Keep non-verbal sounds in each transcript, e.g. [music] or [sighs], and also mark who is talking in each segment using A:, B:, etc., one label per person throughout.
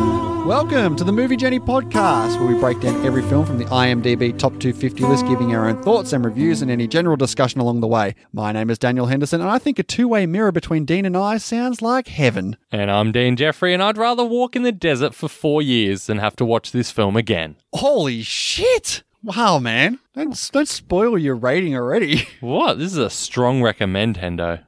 A: Welcome to the Movie Journey Podcast, where we break down every film from the IMDb Top 250 list, giving our own thoughts and reviews and any general discussion along the way. My name is Daniel Henderson, and I think a two way mirror between Dean and I sounds like heaven.
B: And I'm Dean Jeffrey, and I'd rather walk in the desert for four years than have to watch this film again.
A: Holy shit! Wow, man. Don't, don't spoil your rating already. [laughs]
B: What? This is a strong recommend, Hendo.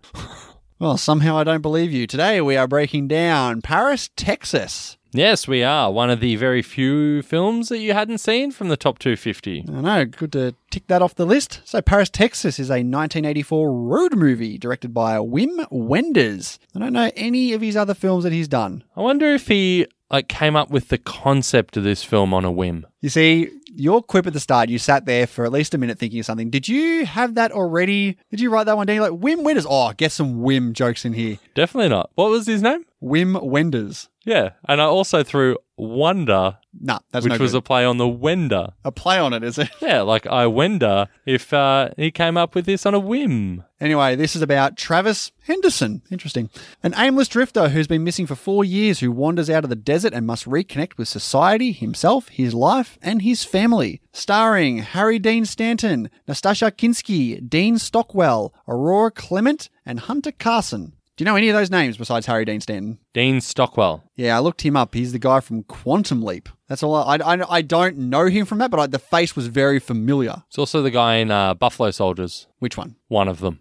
A: Well, somehow I don't believe you. Today we are breaking down Paris, Texas.
B: Yes, we are. One of the very few films that you hadn't seen from the top 250.
A: I know, good to tick that off the list. So, Paris, Texas is a 1984 road movie directed by Wim Wenders. I don't know any of his other films that he's done.
B: I wonder if he like came up with the concept of this film on a whim.
A: You see, your quip at the start, you sat there for at least a minute thinking of something. Did you have that already? Did you write that one down? You're like, Wim Wenders. Oh, get some Wim jokes in here.
B: Definitely not. What was his name?
A: Wim Wenders.
B: Yeah, and I also threw Wonder,
A: Nah, that's
B: which
A: no
B: was
A: good.
B: a play on the Wender.
A: a play on it, is it?
B: Yeah, like I wonder if uh, he came up with this on a whim.
A: Anyway, this is about Travis Henderson. Interesting. An aimless drifter who's been missing for four years, who wanders out of the desert and must reconnect with society, himself, his life, and his family. Starring Harry Dean Stanton, Nastasha Kinsky, Dean Stockwell, Aurora Clement, and Hunter Carson. Do you know any of those names besides Harry Dean Stanton?
B: Dean Stockwell.
A: Yeah, I looked him up. He's the guy from Quantum Leap. That's all. I, I, I don't know him from that, but I, the face was very familiar.
B: It's also the guy in uh, Buffalo Soldiers.
A: Which one?
B: One of them.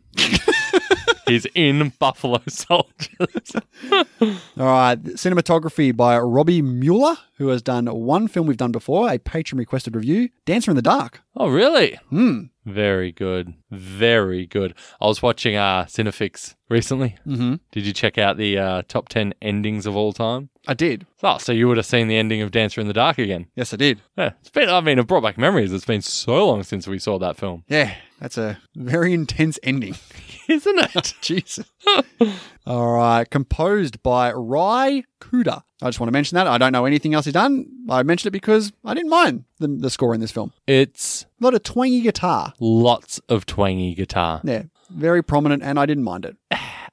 B: He's in Buffalo [laughs] Soldiers.
A: All right, cinematography by Robbie Mueller, who has done one film we've done before, a patron requested review, Dancer in the Dark.
B: oh, really?
A: Hmm.
B: Very good. Very good. I was watching uh, Cinefix recently.
A: Mm-hmm.
B: Did you check out the uh, top 10 endings of all time?
A: I did.
B: Oh, so you would have seen the ending of Dancer in the Dark again.
A: Yes, I did.
B: Yeah, it's been, I mean, it brought back memories. It's been so long since we saw that film, [laughs]
A: Yeah, that's a very [laughs] intense ending.
B: isn't it?
A: [laughs] Jesus. All right, composed by Rai Kuda. I just want to mention that. I don't know anything else he's done. I mentioned it because I didn't mind the, the score in this film.
B: it's
A: A lot of twangy guitar.
B: lots of twangy guitar.
A: Yeah, very prominent, and I didn't mind it.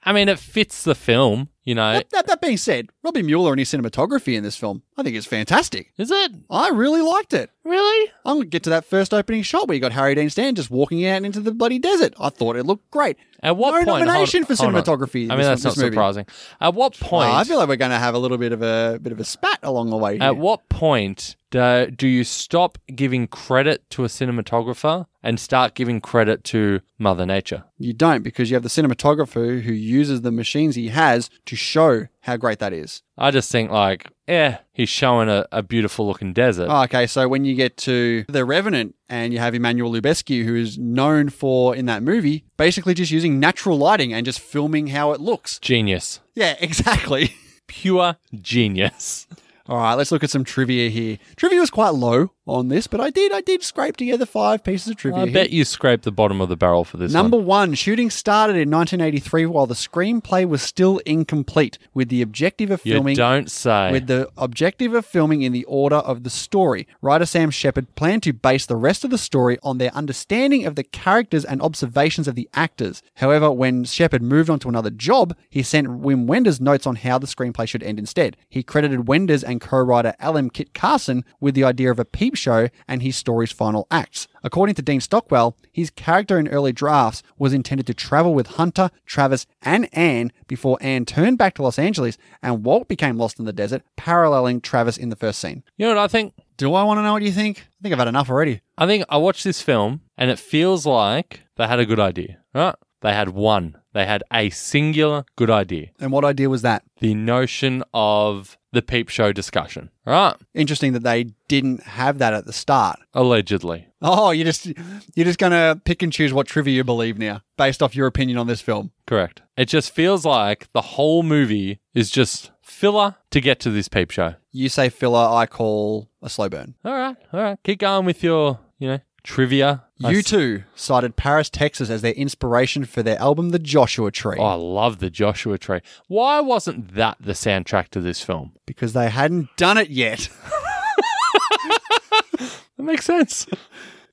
B: I mean, it fits the film, you know.
A: That, that, that being said, Robbie Mueller and his cinematography in this film, I think is fantastic.
B: Is it?
A: I really liked it.
B: Really?
A: I'm going to get to that first opening shot where you got Harry Dean Stanton just walking out into the bloody desert. I thought it looked great.
B: At what
A: no
B: point?
A: nomination
B: hold-
A: for
B: hold on.
A: cinematography.
B: I mean,
A: this-
B: that's
A: this
B: not
A: movie.
B: surprising. At what
A: Oh,
B: point?
A: I feel like we're going to have a little bit of a bit of a spat along the way. here.
B: At what point do, do you stop giving credit to a cinematographer and start giving credit to Mother Nature?
A: you don't because you have the cinematographer who uses the machines he has to show how great that is.
B: I just think like, eh, he's showing a, a beautiful looking desert.
A: Oh, okay, so when you get to The Revenant and you have Emmanuel Lubezki, who is known for in that movie basically just using natural lighting and just filming how it looks.
B: Genius.
A: Yeah, [laughs] exactly.
B: Pure
A: [laughs]
B: genius.
A: All right, let's look at some trivia here. Trivia was quite low on this, but I did I did scrape together five pieces of trivia.
B: I
A: here.
B: bet you scraped the bottom of the barrel for this
A: Number one, shooting started in 1983 while the screenplay was still incomplete, with the objective of
B: one. You
A: filming
B: don't say.
A: with the objective of filming in the order of the story. Writer Sam Shepard planned to base the rest of the story on their understanding of the characters and observations of the actors. However, when Shepard moved on to another job, he sent Wim Wenders notes on how the screenplay should end instead. He credited Wenders and co-writer Alan Kit Carson with the idea of a peep show and his story's final acts. According to Dean Stockwell, his character in early drafts was intended to travel with Hunter, Travis, and Anne before Anne turned back to Los Angeles and Walt became lost in the desert, paralleling Travis in the first scene.
B: you know what I think?
A: Do I want to know what you think? I think I've had enough already.
B: I think I watched this film and it feels like they had a good idea. Right? They had one. They had a singular good idea.
A: And what idea was that?
B: The notion of the peep show discussion. Right?
A: Interesting that they didn't have that at the start.
B: Allegedly.
A: Oh, you just you're just gonna pick and choose what trivia you believe now, based off your opinion on this film.
B: Correct. It just feels like the whole movie is just filler to get to this peep show.
A: You say filler, I call a slow burn.
B: All right, all right. Keep going with your, you know, trivia. I
A: You
B: s-
A: too cited Paris, Texas as their inspiration for their album The Joshua Tree
B: Oh, I love the Joshua Tree. Why wasn't that the soundtrack to this film?
A: because they hadn't done it yet. [laughs]
B: That makes sense. [laughs]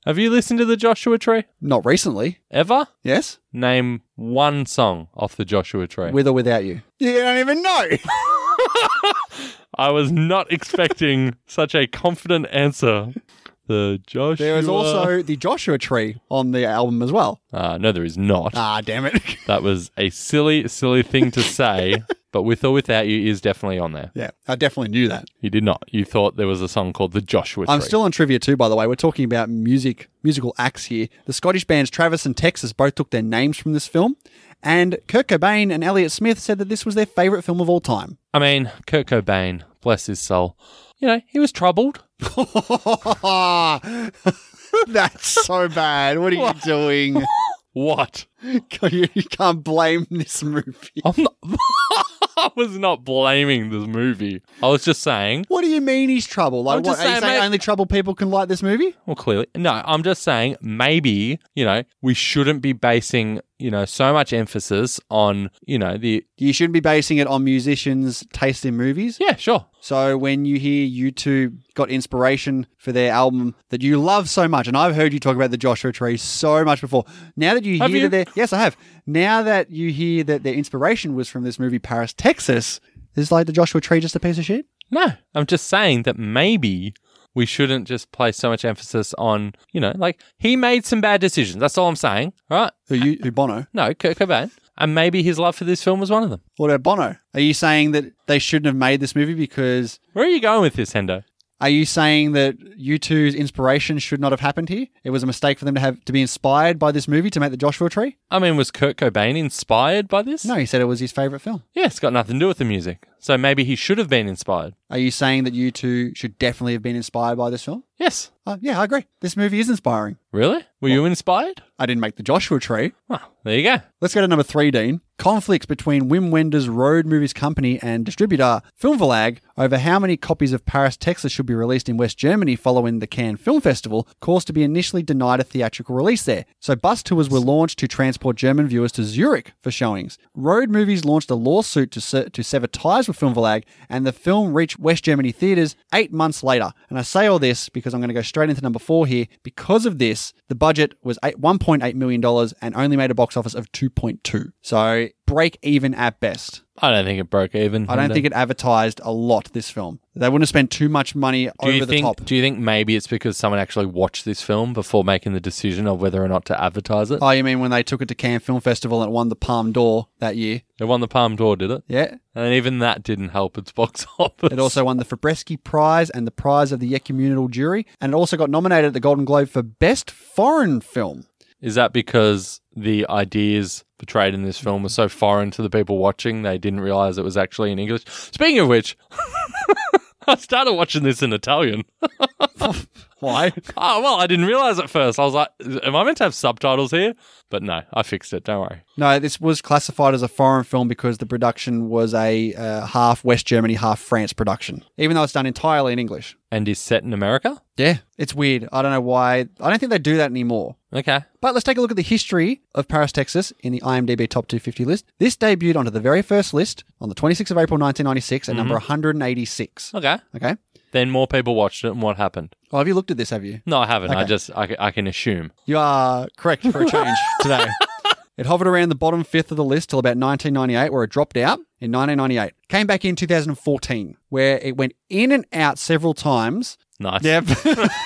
B: Have you listened to the Joshua Tree
A: Not recently.
B: ever?
A: Yes?
B: Name one song off the Joshua Tree.
A: With or without you. You don't even know.
B: I was
A: [laughs]
B: not expecting such a confident answer. The
A: [laughs]
B: Joshua.
A: There is also the Joshua tree on the album as well.
B: Uh, no, there is not.
A: Ah, damn it.
B: That was a silly, silly thing
A: [laughs]
B: to say, but with or without you is definitely on there.
A: yeah, I definitely knew that.
B: You did not. You thought there was a song called The Joshua Tree.
A: I'm still on trivia too, by the way. We're talking about music, musical acts here. The Scottish bands Travis and Texas both took their names from this film, and Kurt Cobain and Elliott Smith said that this was their favorite film of all time.
B: I mean, Kurt Cobain, bless his soul. You know, he was troubled.
A: [laughs] That's so bad. What are you
B: [laughs]
A: doing?
B: What?
A: you you can't blame this movie.
B: I'm not. [laughs] I was not blaming this movie. I was just saying.
A: What do you mean he's trouble? Like,
B: I'm
A: what,
B: just
A: are you
B: saying,
A: saying
B: mate-
A: only trouble people can like this movie?
B: Well, clearly, no. I'm just saying maybe you know we shouldn't be basing you know so much emphasis on you know the
A: You shouldn't be basing it on musicians' taste in movies.
B: yeah sure
A: So when you hear you two got inspiration for their album that you love so much, and I've heard you talk about the Joshua Tree so much before. Now that you
B: Have
A: hear
B: you?
A: that their yes, I have. Now that you hear that their inspiration was from this movie Paris, Texas, is like the Joshua Tree just a piece of shit?
B: no. I'm just saying that maybe we shouldn't just place so much emphasis on you know like he made some bad decisions. That's all I'm saying. All right?
A: Who you who Bono?
B: No, Kurt Cobain, and maybe his love for this film was one of them.
A: What about Bono? Are you saying that they shouldn't have made this movie because
B: Where are you going with this, Hendo?
A: are you saying that you two's inspiration should not have happened here? It was a mistake for them to have to be inspired by this movie to make the Joshua Tree?
B: I mean, was Kurt Cobain inspired by this?
A: No, he said it was his favorite film.
B: Yeah, it's got nothing to do with the music. So maybe he should have been inspired.
A: Are you saying that you two should definitely have been inspired by this film?
B: Yes.
A: Uh, yeah, I agree. This movie is inspiring.
B: Really? Were you inspired?
A: I didn't make the Joshua Tree.
B: Well, there you go.
A: Let's go to number three, Dean. Conflicts between Wim Wenders Road Movies Company and distributor Filmverlag over how many copies of Paris, Texas should be released in West Germany following the Cannes Film Festival caused to be initially denied a theatrical release there. So bus tours were launched to transport German viewers to Zurich for showings. Road Movies launched a lawsuit to, se- to sever ties with Filmverlag, and the film reached West Germany theaters eight months later. And I say all this because I'm going to go straight into number four here. Because of this, the budget was eight, $1.8 million and only made a box office of 2.2. So break even at best.
B: I don't think it broke even.
A: I don't
B: Hendo.
A: think it advertised a lot, this film. They wouldn't have spent too much money
B: Do
A: over
B: you
A: the
B: think?
A: top.
B: Do you think maybe it's because someone actually watched this film before making the decision of whether or not to advertise it?
A: Oh, you mean when they took it to Cannes Film Festival and it won the Palme d'Or that year?
B: It won the Palm d'Or, did it?
A: Yeah.
B: And even that didn't help its [laughs] box office.
A: It also won the Fabreski Prize and the Prize of the Ecumenical Jury, and it also got nominated at the Golden Globe for Best Foreign Film.
B: Is that because the ideas portrayed in this film were so foreign to the people watching, they didn't realize it was actually in English? Speaking of which, [laughs] I started watching this in Italian.
A: Why? [laughs]
B: Oh, well, I didn't realize at first. I was like, am I meant to have subtitles here? But no, I fixed it. Don't worry.
A: No, this was classified as a foreign film because the production was a uh, half West Germany, half France production, even though it's done entirely in English.
B: And is set in America?
A: Yeah. It's weird. I don't know why. I don't think they do that anymore.
B: Okay.
A: But let's take a look at the history of Paris, Texas in the IMDb Top 250 list. This debuted onto the very first list on the 26th of April 1996 at number 186.
B: Okay.
A: Okay.
B: Then more people watched it, and what happened?
A: Oh, have you looked at this, have you?
B: No, I haven't. I just, I, I can assume.
A: You are correct for a change today. It hovered around the bottom fifth of the list till about 1998, where it dropped out in 1998. Came back in 2014, where it went in and out several times.
B: Nice.
A: [laughs]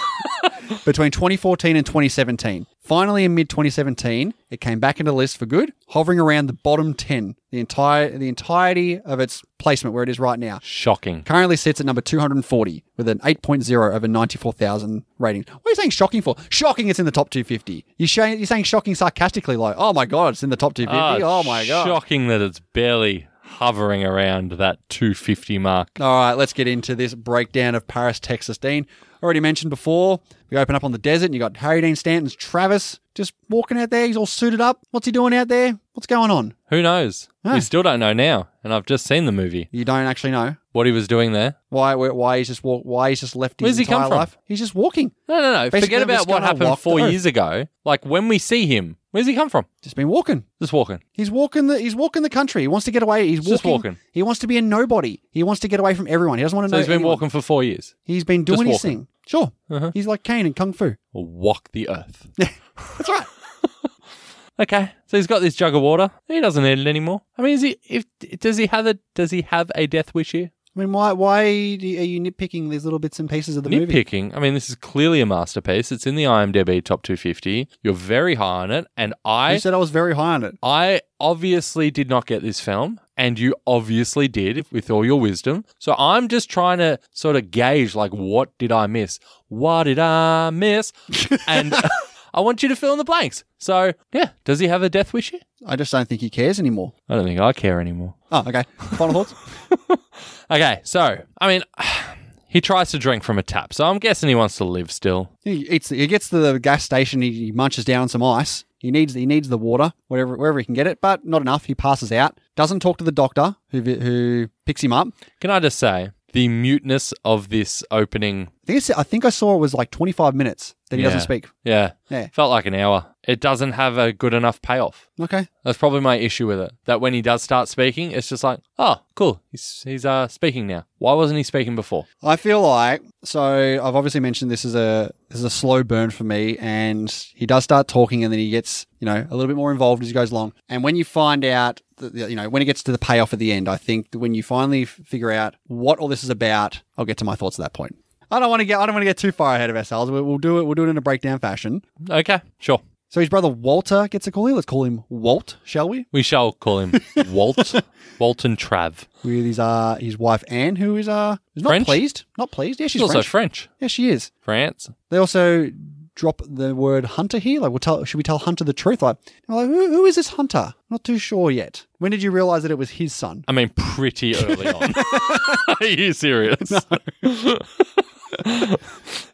A: Between 2014 and 2017. Finally, in mid 2017, it came back into the list for good, hovering around the bottom 10, the entire the entirety of its placement where it is right now.
B: Shocking.
A: Currently sits at number 240 with an 8.0 over 94,000 rating. What are you saying shocking for? Shocking it's in the top 250. You're, sh- you're saying shocking sarcastically like, oh my God, it's in the top 250.
B: Ah,
A: oh my God.
B: Shocking that it's barely hovering around that 250 mark.
A: All right, let's get into this breakdown of Paris, Texas. Dean, already mentioned before, we open up on the desert and you got Harry Dean Stanton's Travis just walking out there. He's all suited up. What's he doing out there? What's going on?
B: Who knows?
A: Ah.
B: We still don't know now, and I've just seen the movie.
A: You don't actually know.
B: What he was doing there?
A: Why, why he's just walk, why he's just left his
B: Where's he come
A: entire
B: from?
A: life. He's just walking.
B: No, no, no.
A: Basically,
B: Forget
A: I'm
B: about
A: just
B: what
A: gonna
B: happened
A: walk
B: four
A: the earth.
B: years ago. Like when we see him, where's he come from?
A: Just been walking.
B: Just walking.
A: He's walking the he's walking the country. He wants to get away. He's walking.
B: Just walking.
A: He wants to be a nobody. He wants to get away from everyone. He doesn't want to
B: So
A: know.
B: he's been
A: anyone.
B: walking for four years.
A: He's been doing his
B: Just
A: thing. Sure.
B: Uh-huh.
A: He's like Kane in Kung Fu.
B: Walk the earth.
A: [laughs] That's right.
B: [laughs] Okay, so he's got this jug of water. He doesn't need it anymore. I mean, is he? If does he have a does he have a death wish here?
A: I mean, why why do you- are you nitpicking these little bits and pieces of the movie?
B: Nitpicking. I mean, this is clearly a masterpiece. It's in the IMDb top 250. You're very high on it, and I
A: You said I was very high on it.
B: I obviously did not get this film, and you obviously did with all your wisdom. So I'm just trying to sort of gauge like what did I miss? What did I miss? [laughs] and I want you to fill in the blanks. So yeah, does he have a death wish here?
A: I just don't think he cares anymore.
B: I don't think I care anymore.
A: Oh, okay. Final thoughts?
B: Okay, so I mean [sighs] he tries to drink from a tap, so I'm guessing he wants to live still.
A: He eats. He gets to the gas station. He, he munches down some ice. He needs. He needs the water, wherever wherever he can get it, but not enough. He passes out. Doesn't talk to the doctor who vi- who picks him up. I
B: Can I just say the muteness of this opening
A: think, it's- I think I saw it was like 25 minutes that he doesn't
B: Yeah.
A: speak.
B: yeah,
A: Yeah.
B: felt like an hour. It doesn't have a good enough payoff.
A: Okay.
B: That's probably my issue with it. That when he does start speaking, it's just like, oh, cool. He's he's uh, speaking now. Why wasn't he speaking before?
A: I feel like so I've obviously mentioned this is a this is a slow burn for me, and he does start talking, and then he gets you know a little bit more involved as he goes along. And when you find out, that, you know, when it gets to the payoff at the end, I think that when you finally f- figure out what all this is about, I'll get to my thoughts at that point. I don't want to get I don't want to get too far ahead of ourselves. We- We'll do it. We'll do it in a breakdown fashion.
B: Okay, sure.
A: So his brother Walter gets a call here. Let's call him Walt, shall we?
B: We shall call [laughs] him Walt, Walton Trav.
A: With his uh his wife Anne, who is uh is not
B: French?
A: pleased, not pleased. Yeah, she's
B: He's also
A: French.
B: French.
A: yeah, she is.
B: France.
A: They also drop the word hunter here. Like, we'll tell, should we tell Hunter the truth? Like, they're like who, who is this hunter? Not too sure yet. When did you realize that it was his son?
B: I mean, pretty
A: [laughs]
B: early on. [laughs] Are you serious? [laughs]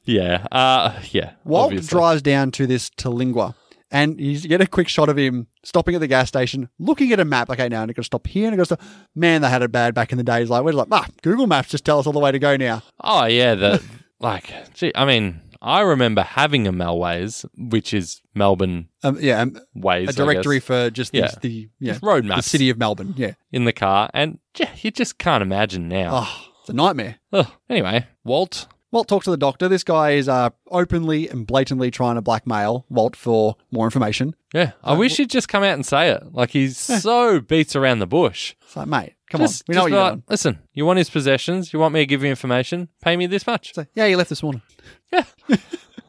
B: yeah. Uh, yeah.
A: Walt
B: obviously.
A: drives down to this Tlingua, and you get a quick shot of him stopping at the gas station, looking at a map. Okay, now I'm going to stop here, and I'm going to stop. Man, they had it bad back in the days. Like, we're like, ah, Google Maps just tell us all the way to go now.
B: Oh yeah, the like. Gee, I mean, I remember having a Melways, which is Melbourne
A: Um, yeah, um,
B: Ways,
A: a
B: I guess.
A: directory for just the,
B: Yeah.
A: the yeah
B: Just road
A: the
B: maps.
A: city of Melbourne. Yeah,
B: in the car, and yeah, you just can't imagine now.
A: oh, it's a nightmare.
B: Ugh. Anyway, Walt.
A: Walt talks to the doctor. This guy is uh, openly and blatantly trying to blackmail Walt for more information.
B: Yeah, I
A: Uh,
B: wish he'd just come out and say it. Like he's so beats around the bush.
A: It's like, mate, Eh. come
B: Just-
A: on, we know
B: just
A: what
B: be
A: you're
B: like,
A: doing.
B: Listen, you want his possessions? You want me to give you information? Pay me this much.
A: It's like, yeah, you left this morning.
B: Yeah.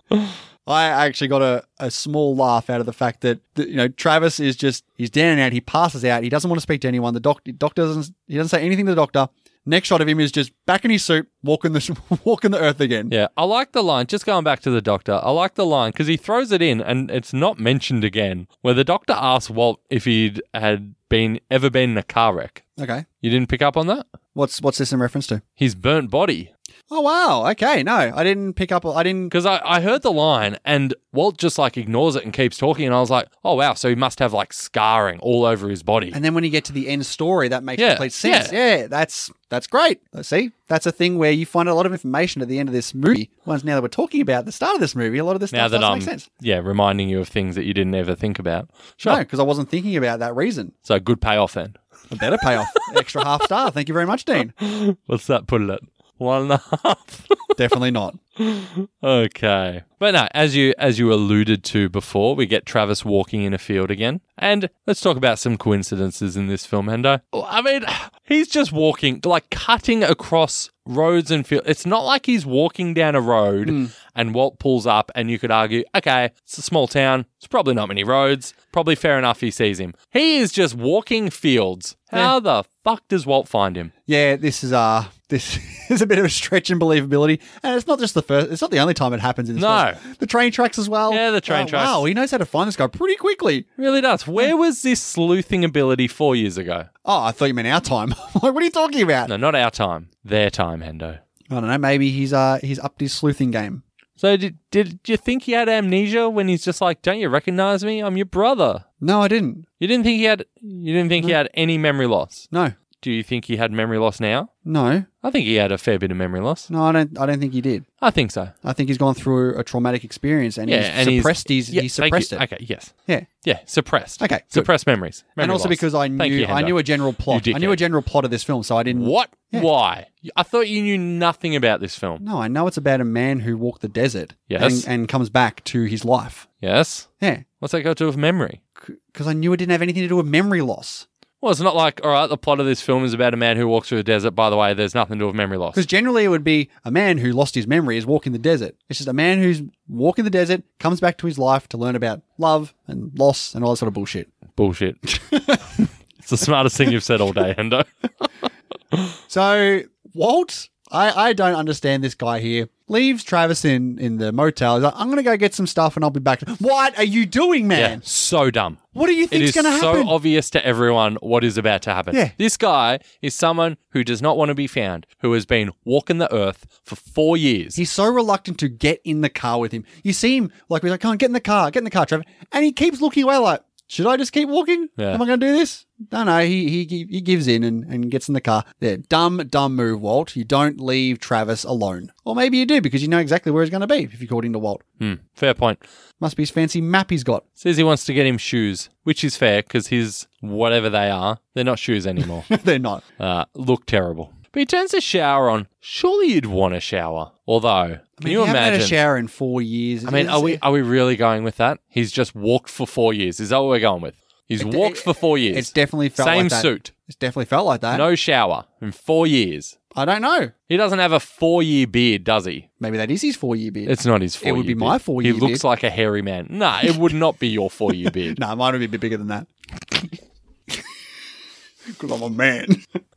A: [laughs] I actually got a, a small laugh out of the fact that, that you know Travis is just he's down and out. He passes out. He doesn't want to speak to anyone. The doc, doctor doesn't he doesn't say anything to the doctor. Next shot of him is just back in his suit, walking the [laughs] walking the earth again.
B: Yeah, I like the line. Just going back to the doctor, I like the line because he throws it in and it's not mentioned again. Where the doctor asks Walt if he'd had been ever been in a car wreck.
A: Okay,
B: You didn't pick up on that?
A: what's what's this in reference to?
B: His burnt body.
A: Oh wow, okay, no, I didn't pick up. I didn't.
B: Because I, I heard the line and Walt just like ignores it and keeps talking. And I was like, oh, wow. So he must have like scarring all over his body.
A: And then when you get to the end story, that makes
B: Yeah,
A: complete sense. Yeah. that's that's great. See, that's a thing where you find a lot of information at the end of this movie. Once now that we're talking about the start of this movie, a lot of this
B: now
A: stuff
B: that
A: doesn't
B: I'm,
A: make sense.
B: yeah, reminding you of things that you didn't ever think about. Sure.
A: No, because I wasn't thinking about that reason.
B: So good payoff then.
A: A better
B: [laughs]
A: payoff, extra half star. Thank you very much, Dean.
B: What's that put it at? One and a [laughs] half.
A: Definitely not.
B: okay. But no, as you as you alluded to before, we get Travis walking in a field again. And let's talk about some coincidences in this film, Hendo. Oh, I mean, [sighs] he's just walking, like cutting across roads and fields. It's not like he's walking down a road and Walt pulls up and you could argue, okay, it's a small town. It's probably not many roads. Probably fair enough he sees him. He is just walking fields. How the fuck does Walt find him?
A: Yeah, this is uh this [laughs] is a bit of a stretch in believability, and it's not just the first. It's not the only time it happens in this.
B: No.
A: film. the train tracks as well.
B: Yeah, the train
A: Oh,
B: tracks.
A: Wow, he knows how to find this guy pretty quickly.
B: Really does. Where was this sleuthing ability four years ago?
A: Oh, I thought you meant our time. [laughs] like, what are you talking about?
B: No, not our time. Their time, Hendo.
A: I don't know. Maybe he's uh he's upped his sleuthing game.
B: So did, did you think he had amnesia when he's just like, don't you recognize me? I'm your brother.
A: No, I didn't.
B: You didn't think he had. You didn't think he had any memory loss.
A: No,
B: Do you think he had memory loss now?
A: no,
B: I think he had a fair bit of memory loss.
A: no. I don't. I don't think he did.
B: I think so.
A: I think he's gone through a traumatic experience and
B: Yeah,
A: he's
B: and he's-
A: suppressed. He's,
B: Yeah,
A: he
B: thank you.
A: suppressed it.
B: Okay. Yes.
A: Yeah,
B: Yeah. Suppressed.
A: Okay, good.
B: Suppressed memories.
A: and
B: Memory
A: also
B: loss.
A: because I knew
B: Thank you,
A: I
B: Hendo.
A: knew a general plot.
B: You
A: I knew a
B: dickhead.
A: general plot of this film, so I didn't.
B: What? Why? I thought you knew nothing about this film.
A: No, I know it's about a man who walked the desert.
B: Yes.
A: and, and comes back to his life.
B: Yes.
A: Yeah,
B: What's that got to do with memory?
A: because I knew it didn't have anything to do with memory loss.
B: Well, it's not like, all right, the plot of this film is about a man who walks through a desert. By the way, there's nothing to do with memory loss.
A: Because generally it would be a man who lost his memory is walking the desert. It's just a man who's walking the desert, comes back to his life to learn about love and loss and all that sort of bullshit. [laughs]
B: Bullshit. it's the smartest thing you've said all day, Hendo.
A: So Walt, I, I don't understand this guy here. Leaves Travis in, in the motel. He's like, I'm gonna go get some stuff and I'll be back. What are you doing, man?
B: Yeah, so dumb.
A: What do you
B: It
A: think's
B: is
A: gonna happen?
B: so obvious to everyone what is about to happen.
A: Yeah.
B: This guy is someone who does not want to be found, who has been walking the earth for four years.
A: He's so reluctant to get in the car with him. You see him like we're like, come on, get in the car, get in the car, Trevor. And he keeps looking away like, should I just keep walking?
B: Yeah.
A: Am I going to do this? No, no. He he he gives in and, and gets in the car. There, dumb dumb move, Walt. You don't leave Travis alone, or maybe you do because you know exactly where he's going to be if you called into Walt.
B: Hmm, fair point.
A: Must be his fancy map he's got. [laughs]
B: Says he wants to get him shoes, which is fair because his whatever they are, they're not
A: [laughs]
B: shoes anymore.
A: They're not.
B: uh, look terrible. But he turns the shower on. Surely you'd want a shower. Although, can
A: I mean,
B: you
A: haven't
B: imagine?
A: had a shower in four years.
B: I mean,
A: It's-
B: are we are we really going with that? He's just walked for four years. Is that what we're going with? He's walked for four years.
A: It's definitely felt
B: Same
A: like that. Uh,
B: suit,
A: It's definitely felt like that.
B: no shower in four years.
A: I don't know.
B: He doesn't have a four-year beard, does he?
A: Maybe that is his four year beard.
B: It's not his four.
A: would be my four-year
B: He looks
A: beard.
B: like a hairy man. Nah, it would not be
A: [laughs]
B: your four-year beard.
A: No, mine would be a bit bigger than that. [laughs] Because I'm a man.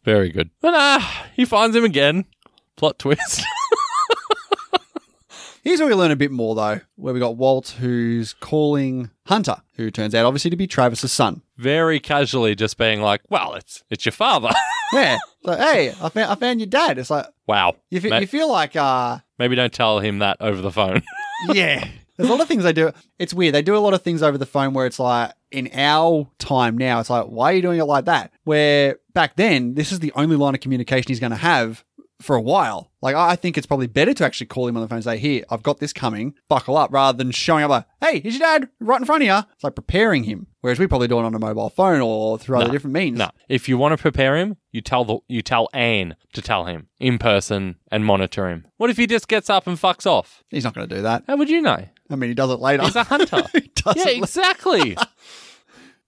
B: Very good. But uh, he finds him again. Plot twist. [laughs]
A: Here's where we learn a bit more, though, where we got Walt who's calling Hunter, who turns out obviously to be Travis's son.
B: Very casually, just being like, "Well, it's it's your father." [laughs]
A: Yeah. So, hey, I found, I found your dad. It's like,
B: wow.
A: you,
B: Ma-
A: fe- you feel like, uh,
B: Maybe don't tell him that over the phone.
A: yeah. There's a lot of things they do. It's weird. They do a lot of things over the phone where it's like, in our time now, it's like, why are you doing it like that? Where back then, this is the only line of communication he's going to have for a while. Like, I I think it's probably better to actually call him on the phone and say, here, I've got this coming, buckle up, rather than showing up like, hey, here's your dad right in front of you. It's like preparing him. Whereas we probably do it on a mobile phone or through other different means.
B: no, if you want to prepare him, you tell the you tell Anne to tell him in person and monitor him. What if he just gets up and fucks off?
A: He's not going to do that.
B: How would you know?
A: I mean, he does it later.
B: He's a [laughs] hunter.
A: [laughs] he does
B: yeah,
A: it later.
B: [laughs] exactly.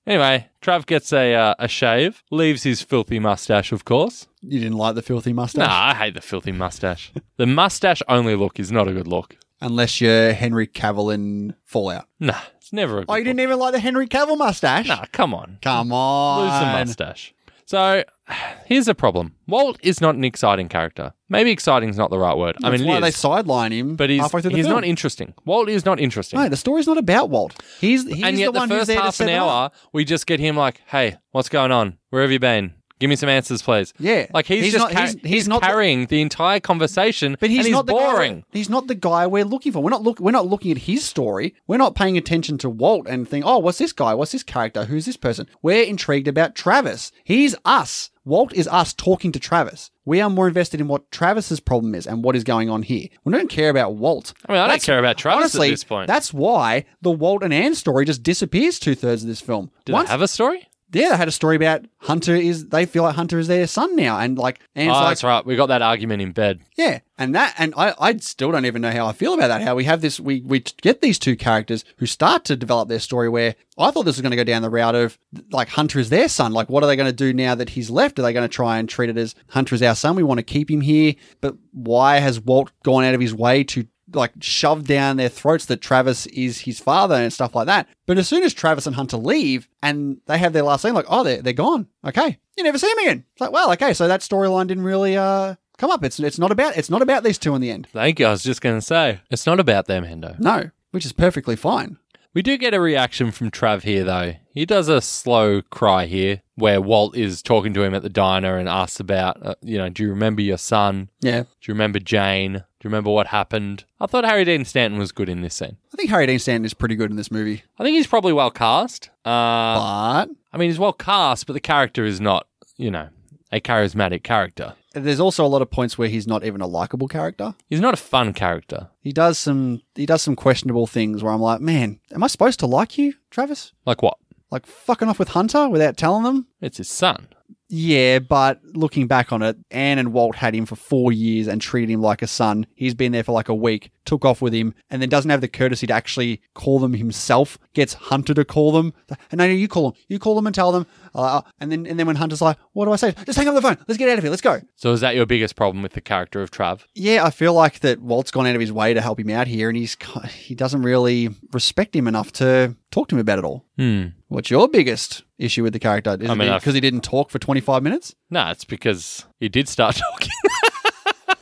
B: anyway, Trav gets a uh, a shave, leaves his filthy mustache, of course.
A: You didn't like the filthy mustache?
B: Nah, I hate the filthy mustache. [laughs] the mustache only look is not a good look.
A: Unless you're Henry Cavill in Fallout.
B: Nah, it's never a good
A: Oh, you didn't even like the Henry Cavill mustache?
B: look. Nah, come on.
A: Come
B: Lose the
A: on.
B: mustache. So [sighs] here's the problem. Walt is not an exciting character. Maybe exciting's not the right word. I
A: That's
B: mean,
A: why
B: it
A: they
B: is,
A: sideline him
B: but he's,
A: halfway through the
B: he's
A: film.
B: not interesting. Walt is not interesting.
A: no, the story's not about Walt. He's, he's
B: and yet,
A: the,
B: the,
A: one who's
B: first
A: there to
B: half
A: set
B: an
A: it up.
B: hour, we just get him like, "Hey, what's going on? Where have you been? Give me some answers, please."
A: Yeah.
B: like he's,
A: He's
B: just
A: not-
B: car-
A: he's-
B: he's,
A: he's not the-
B: carrying the entire conversation,
A: But he's,
B: and he's
A: not the
B: boring.
A: Guy, he's not the guy we're looking for. We're not look. We're not looking at his story. We're not paying attention to Walt and think, oh, what's this guy? What's this character? Who's this person? We're intrigued about Travis. He's us. Walt is us talking to Travis. We are more invested in what Travis's problem is and what is going on here. We don't care about Walt.
B: I mean, I don't care about Travis at
A: honestly,
B: this point.
A: That's why the Walt and Anne story just disappears two thirds of this film.
B: Did
A: Once-
B: I have a story?
A: yeah, they had a story about Hunter is. They feel like Hunter is their son now, and like Anne's
B: oh,
A: like,
B: that's right. We got that argument in bed.
A: yeah, and that, and I, I still don't even know how I feel about that. How we have this, we we t- get these two characters who start to develop their story. Where I thought this was going to go down the route of like Hunter is their son. Like, what are they going to do now that he's left? Are they going to try and treat it as Hunter is our son? We want to keep him here, but why has Walt gone out of his way to like shove down their throats that Travis is his father and stuff like that? But as soon as Travis and Hunter leave and they have their last scene, like, oh, they're they're gone. Okay, you never see him again. It's like, well, okay, so that storyline didn't really uh come up. It's it's not about it's not about these two in the end.
B: Thank you. I was just going to say it's not about them, Hendo.
A: No, which is perfectly fine.
B: We do get a reaction from Trav here, though. He does a slow cry here, where Walt is talking to him at the diner and asks about, uh, you know, do you remember your son?
A: Yeah,
B: Do you remember Jane? Do you remember what happened? I thought Harry Dean Stanton was good in this scene.
A: I think Harry Dean Stanton is pretty good in this movie,
B: I think he's probably well cast. Uh,
A: but
B: I mean, he's well cast, but the character is not, you know, a charismatic character.
A: there's also a lot of points where he's not even a likable character.
B: He's not a fun character.
A: He does some he does some questionable things where I'm like, man, am I supposed to like you, Travis?
B: Like what?
A: Like fucking off with Hunter without telling them?
B: It's his son.
A: Yeah, but looking back on it, Anne and Walt had him for four years and treated him like a son. He's been there for like a week. took off with him and then doesn't have the courtesy to actually call them himself, gets Hunter to call them. And no, no, you call them. You call them and tell them. Uh, and then and then when Hunter's like, what do I say? Just hang up the phone. Let's get out of here. Let's go.
B: So is that your biggest problem with the character of Trav?
A: Yeah, I feel like that Walt's gone out of his way to help him out here and he's ki- he doesn't really respect him enough to talk to him about it all.
B: Hmm.
A: What's your biggest issue with the character? Is
B: I
A: it
B: mean, I've-
A: because he didn't talk for 25 minutes?
B: Nah, it's because he did start [laughs] talking.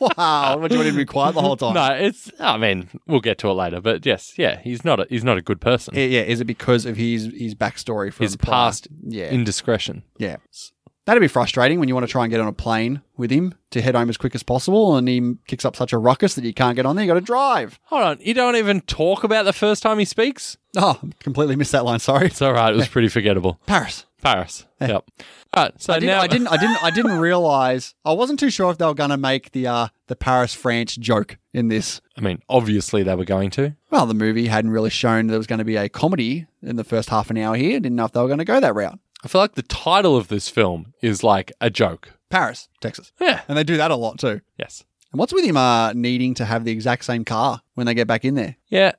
A: Wow. what do you want him to be quiet the whole time?
B: no, it's. I mean, we'll get to it later, but yes, yeah, he's not. A, he's not a good person.
A: I- Yeah, is it because of his his backstory from
B: His
A: prior?
B: past
A: Yeah,
B: Indiscretion.
A: yeah. That'd be frustrating when you want to try and get on a plane with him to head home as quick as possible, and he kicks up such a ruckus that you can't get on there. You got to drive.
B: Hold on, you don't even talk about the first time he speaks.
A: Oh, completely missed that line. Sorry,
B: It's all right. It was pretty forgettable.
A: Paris.
B: Paris. Yep. All right. So
A: I didn't,
B: now
A: I didn't. I didn't. I didn't realize. I wasn't too sure if they were going to make the uh, the Paris France joke in this.
B: I mean, obviously they were going to.
A: Well, the movie hadn't really shown there was going to be a comedy in the first half an hour here. Didn't know if they were going to go that route.
B: I feel like the title of this film is like a joke.
A: Paris, Texas,
B: Yeah.
A: and they do that a lot too.
B: Yes.
A: And what's with him uh, needing to have the exact same car when they get back in there?
B: Yeah.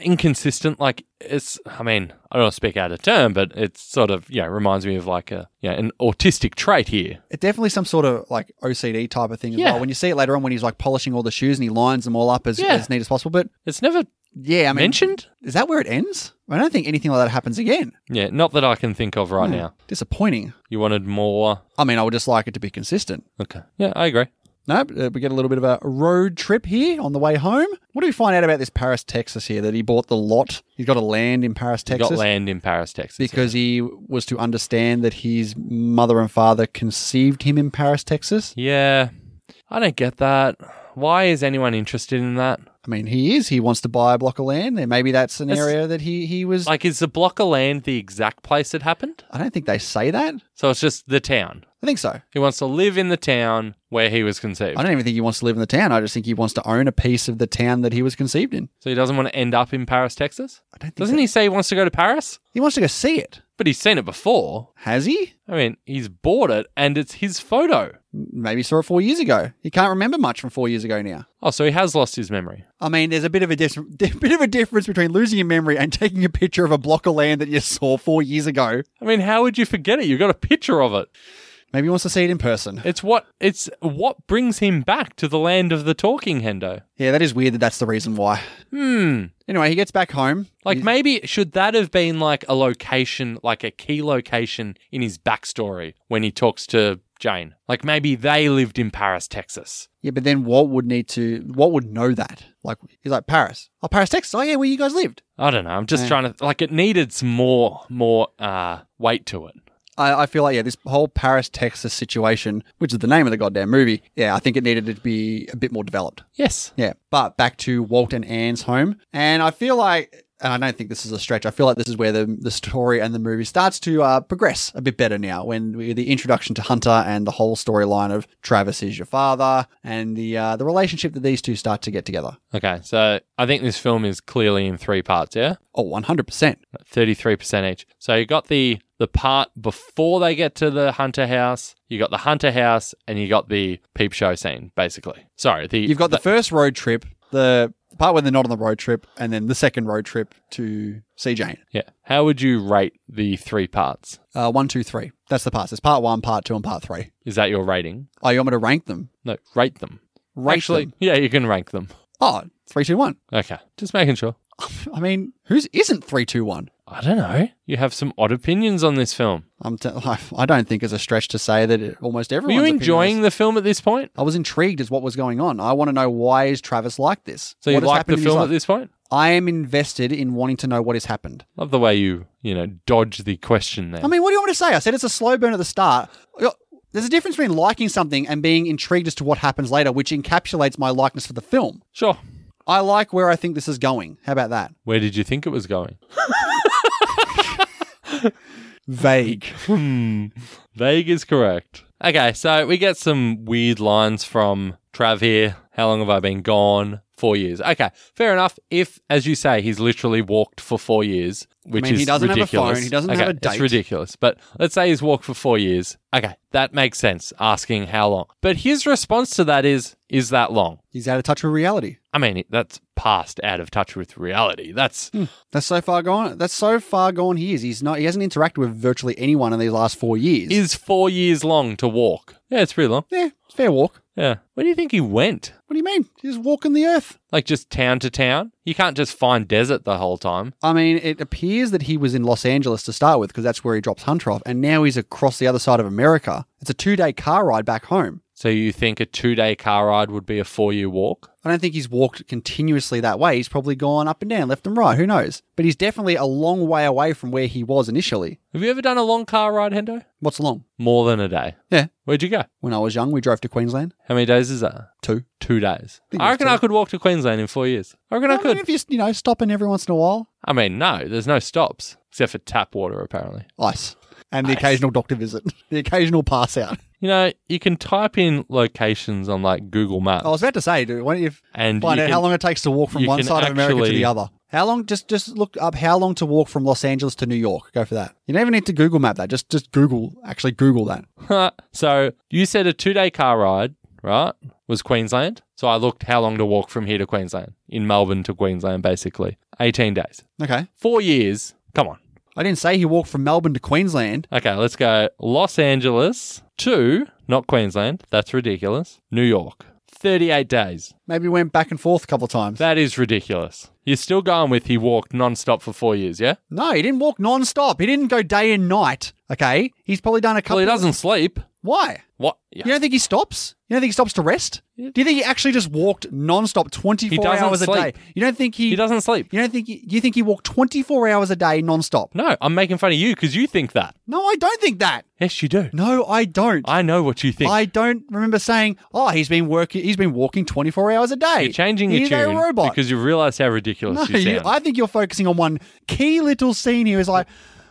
B: Inconsistent. Like it's. I mean, I don't want to speak out of turn, but it's sort of yeah reminds me of like a yeah an autistic trait here.
A: It's definitely some sort of like OCD type of thing as
B: Yeah.
A: well. When you see it later on when he's like polishing all the shoes and he lines them all up as,
B: Yeah.
A: as neat as possible. But
B: It's never
A: yeah, I mean,
B: mentioned.
A: is that where it ends? I don't think anything like that happens again.
B: Yeah. Not that I can think of right
A: Hmm.
B: now.
A: Disappointing.
B: You wanted more.
A: I mean, I would just like it to be consistent.
B: Okay. Yeah, I agree.
A: No, uh, we get a little bit of a road trip here on the way home. What do we find out about this Paris, Texas here? That he bought the lot. He's got a land in Paris,
B: You
A: Texas.
B: Got land in Paris, Texas.
A: because he was to understand that his mother and father conceived him in Paris, Texas.
B: yeah. I don't get that. Why is anyone interested in that?
A: I mean, he is. He wants to buy a block of land, and maybe that's an
B: That's-
A: area that he he was.
B: Like, is the block of land the exact place it happened?
A: I don't think they say that.
B: So it's just the town.
A: I think so.
B: He wants to live in the town where he was conceived.
A: I don't even think he wants to live in the town. I just think he wants to own a piece of the town that he was conceived in.
B: So he doesn't want to end up in Paris, Texas?
A: I don't think.
B: Doesn't he say he wants to go to Paris?
A: He wants to go see it.
B: But he's seen it before.
A: Has he?
B: I mean, he's bought it and it's his photo.
A: Maybe he saw it four years ago. He can't remember much from four years ago now.
B: Oh, so he has lost his memory.
A: I mean, there's a bit of a dis- [laughs] bit of a difference between losing your memory and taking a picture of a block of land that you saw four years ago.
B: I mean, how would you forget it? You've got a picture of it.
A: Maybe he wants to see it in person.
B: It's what it's what brings him back to the land of the talking hendo.
A: Yeah, that is weird that that's the reason why.
B: Hmm.
A: Anyway, he gets back home.
B: Like
A: He-
B: maybe should that have been like a location, like a key location in his backstory when he talks to Jane? Like maybe they lived in Paris, Texas.
A: Yeah, but then what would need to what would know that? Like he's like Paris. Oh, Paris, Texas. Oh yeah, where you guys lived.
B: I don't know. I'm just
A: Yeah.
B: trying to like it needed some more more uh weight to it.
A: I, I feel like yeah, this whole Paris, Texas situation, which is the name of the goddamn movie. Yeah, I think it needed to be a bit more developed.
B: Yes.
A: Yeah, but back to Walt and Anne's home, and I feel like. And I don't think this is a stretch. I feel like this is where the, the story and the movie starts to uh, progress a bit better now. When we, the introduction to Hunter and the whole storyline of Travis is your father and the uh, the relationship that these two start to get together.
B: Okay. So I think this film is clearly in three parts, yeah?
A: Oh, 100%.
B: 33% each. So you got the the part before they get to the hunter house, you got the hunter house and you got the peep show scene basically. Sorry, the
A: You've got the first road trip, the part where they're not on the road trip, and then the second road trip to see Jane.
B: Yeah. How would you rate the three parts?
A: Uh, one, two, three. That's the parts. It's part one, part two, and part three.
B: Is that your rating?
A: Oh, you want me to rank them?
B: No, rate them.
A: Rate
B: Actually,
A: them.
B: yeah, you can rank them.
A: Oh, three, two, one.
B: Okay. Just making sure.
A: I mean, whose isn't three, two, one?
B: I don't know. You have some odd opinions on this film.
A: I'm t- [laughs] I don't think it's a stretch to say that it, almost
B: Were
A: everyone.
B: you enjoying the film at this point?
A: I was intrigued as what was going on. I want to know why is Travis like this?
B: So
A: What
B: you
A: has
B: liked
A: happened
B: the
A: in his
B: film
A: life?
B: at this point?
A: I am invested in wanting to know what has happened.
B: Love the way you, you know, dodge the question there.
A: I mean, what do you want me to say? I said it's a slow burn at the start. There's a difference between liking something and being intrigued as to what happens later, which encapsulates my likeness for the film.
B: sure.
A: I like where I think this is going. How about that?
B: Where did you think it was going?
A: Vague.
B: Hmm. Vague is correct. Okay, so we get some weird lines from Trav here. How long have I been gone? Four years. Okay, fair enough. If, as you say, he's literally walked for four years, which
A: mean,
B: is
A: he doesn't have a
B: ridiculous.
A: phone, he doesn't
B: okay,
A: have a
B: It's
A: date.
B: ridiculous. But let's say he's walked for four years. Okay, that makes sense. Asking how long, but his response to that is, "Is that long?"
A: He's out of touch with reality.
B: I mean, that's past out of touch with reality. That's
A: That's so far gone. That's so far gone. He is. He's not. He hasn't interacted with virtually anyone in these last four years.
B: is four years long to walk. Yeah, it's pretty long.
A: yeah, it's fair walk.
B: Yeah. Where do you think he went?
A: What do you mean? He's walking the earth.
B: Like just town to town? You can't just find desert the whole time.
A: I mean, it appears that he was in Los Angeles to start with because that's where he drops Hunter off, and now he's across the other side of America. It's a two-day car ride back home.
B: So you think a two day car ride would be a four year walk?
A: I don't think he's walked continuously that way. He's probably gone up and down, left and right. Who knows? But he's definitely a long way away from where he was initially.
B: Have you ever done a long car ride, Hendo?
A: What's long?
B: More than a day.
A: Yeah.
B: Where'd you go?
A: When I was young, we drove to Queensland.
B: How many days is that?
A: Two.
B: Two days.
A: think it
B: I
A: was
B: reckon
A: two.
B: I could walk to Queensland in four years. I reckon I
A: I mean, if
B: could.
A: you you know stopping every once in a while,
B: I mean, no, there's no stops except for tap water, apparently.
A: ice, and the
B: Ice.
A: occasional doctor visit, the occasional pass
B: [laughs]
A: out.
B: You know, you can type in locations on like Google Maps
A: I was about to say, dude, why don't you
B: and
A: find
B: you
A: out
B: can-
A: how long it takes to walk from
B: you
A: one
B: can
A: side of America to
B: actually-
A: the other? How long? Just just look up how long to walk from Los Angeles to New York. Go for that. You don't even need to Google map that. Just just Google actually Google that.
B: Huh. [laughs] so you said a two day car ride, right? Was Queensland. So I looked how long to walk from here to Queensland, in Melbourne to Queensland, basically. 18 days.
A: Okay.
B: Four years. Come on.
A: I didn't say he walked from Melbourne to Queensland.
B: Okay, let's go Los Angeles to, not Queensland, that's ridiculous, New York. 38 days.
A: Maybe went back and forth a couple of times.
B: That is ridiculous. You're still going with he walked nonstop for four years, yeah?
A: No, he didn't walk non-stop. He didn't go day and night. Okay, he's probably done a couple.
B: Well, he doesn't sleep.
A: Why?
B: What? Yeah.
A: You don't think he stops? You don't think he stops to rest? Do you think he actually just walked non-stop 24
B: doesn't
A: hours a
B: sleep.
A: day? You don't think he,
B: He doesn't sleep.
A: You don't think he, you think he walked 24 hours a day non-stop?
B: No, I'm making fun of you because you think that.
A: No, I don't think that.
B: Yes, you do.
A: No, I don't. I,
B: I know what you think.
A: don't remember saying, "Oh, he's been working he's been walking 24 hours a day."
B: You're changing your
A: he's
B: tune
A: a robot. [laughs]
B: because you realise how ridiculous
A: no,
B: you
A: you,
B: sound.
A: I think you're focusing on one key little scene here is like,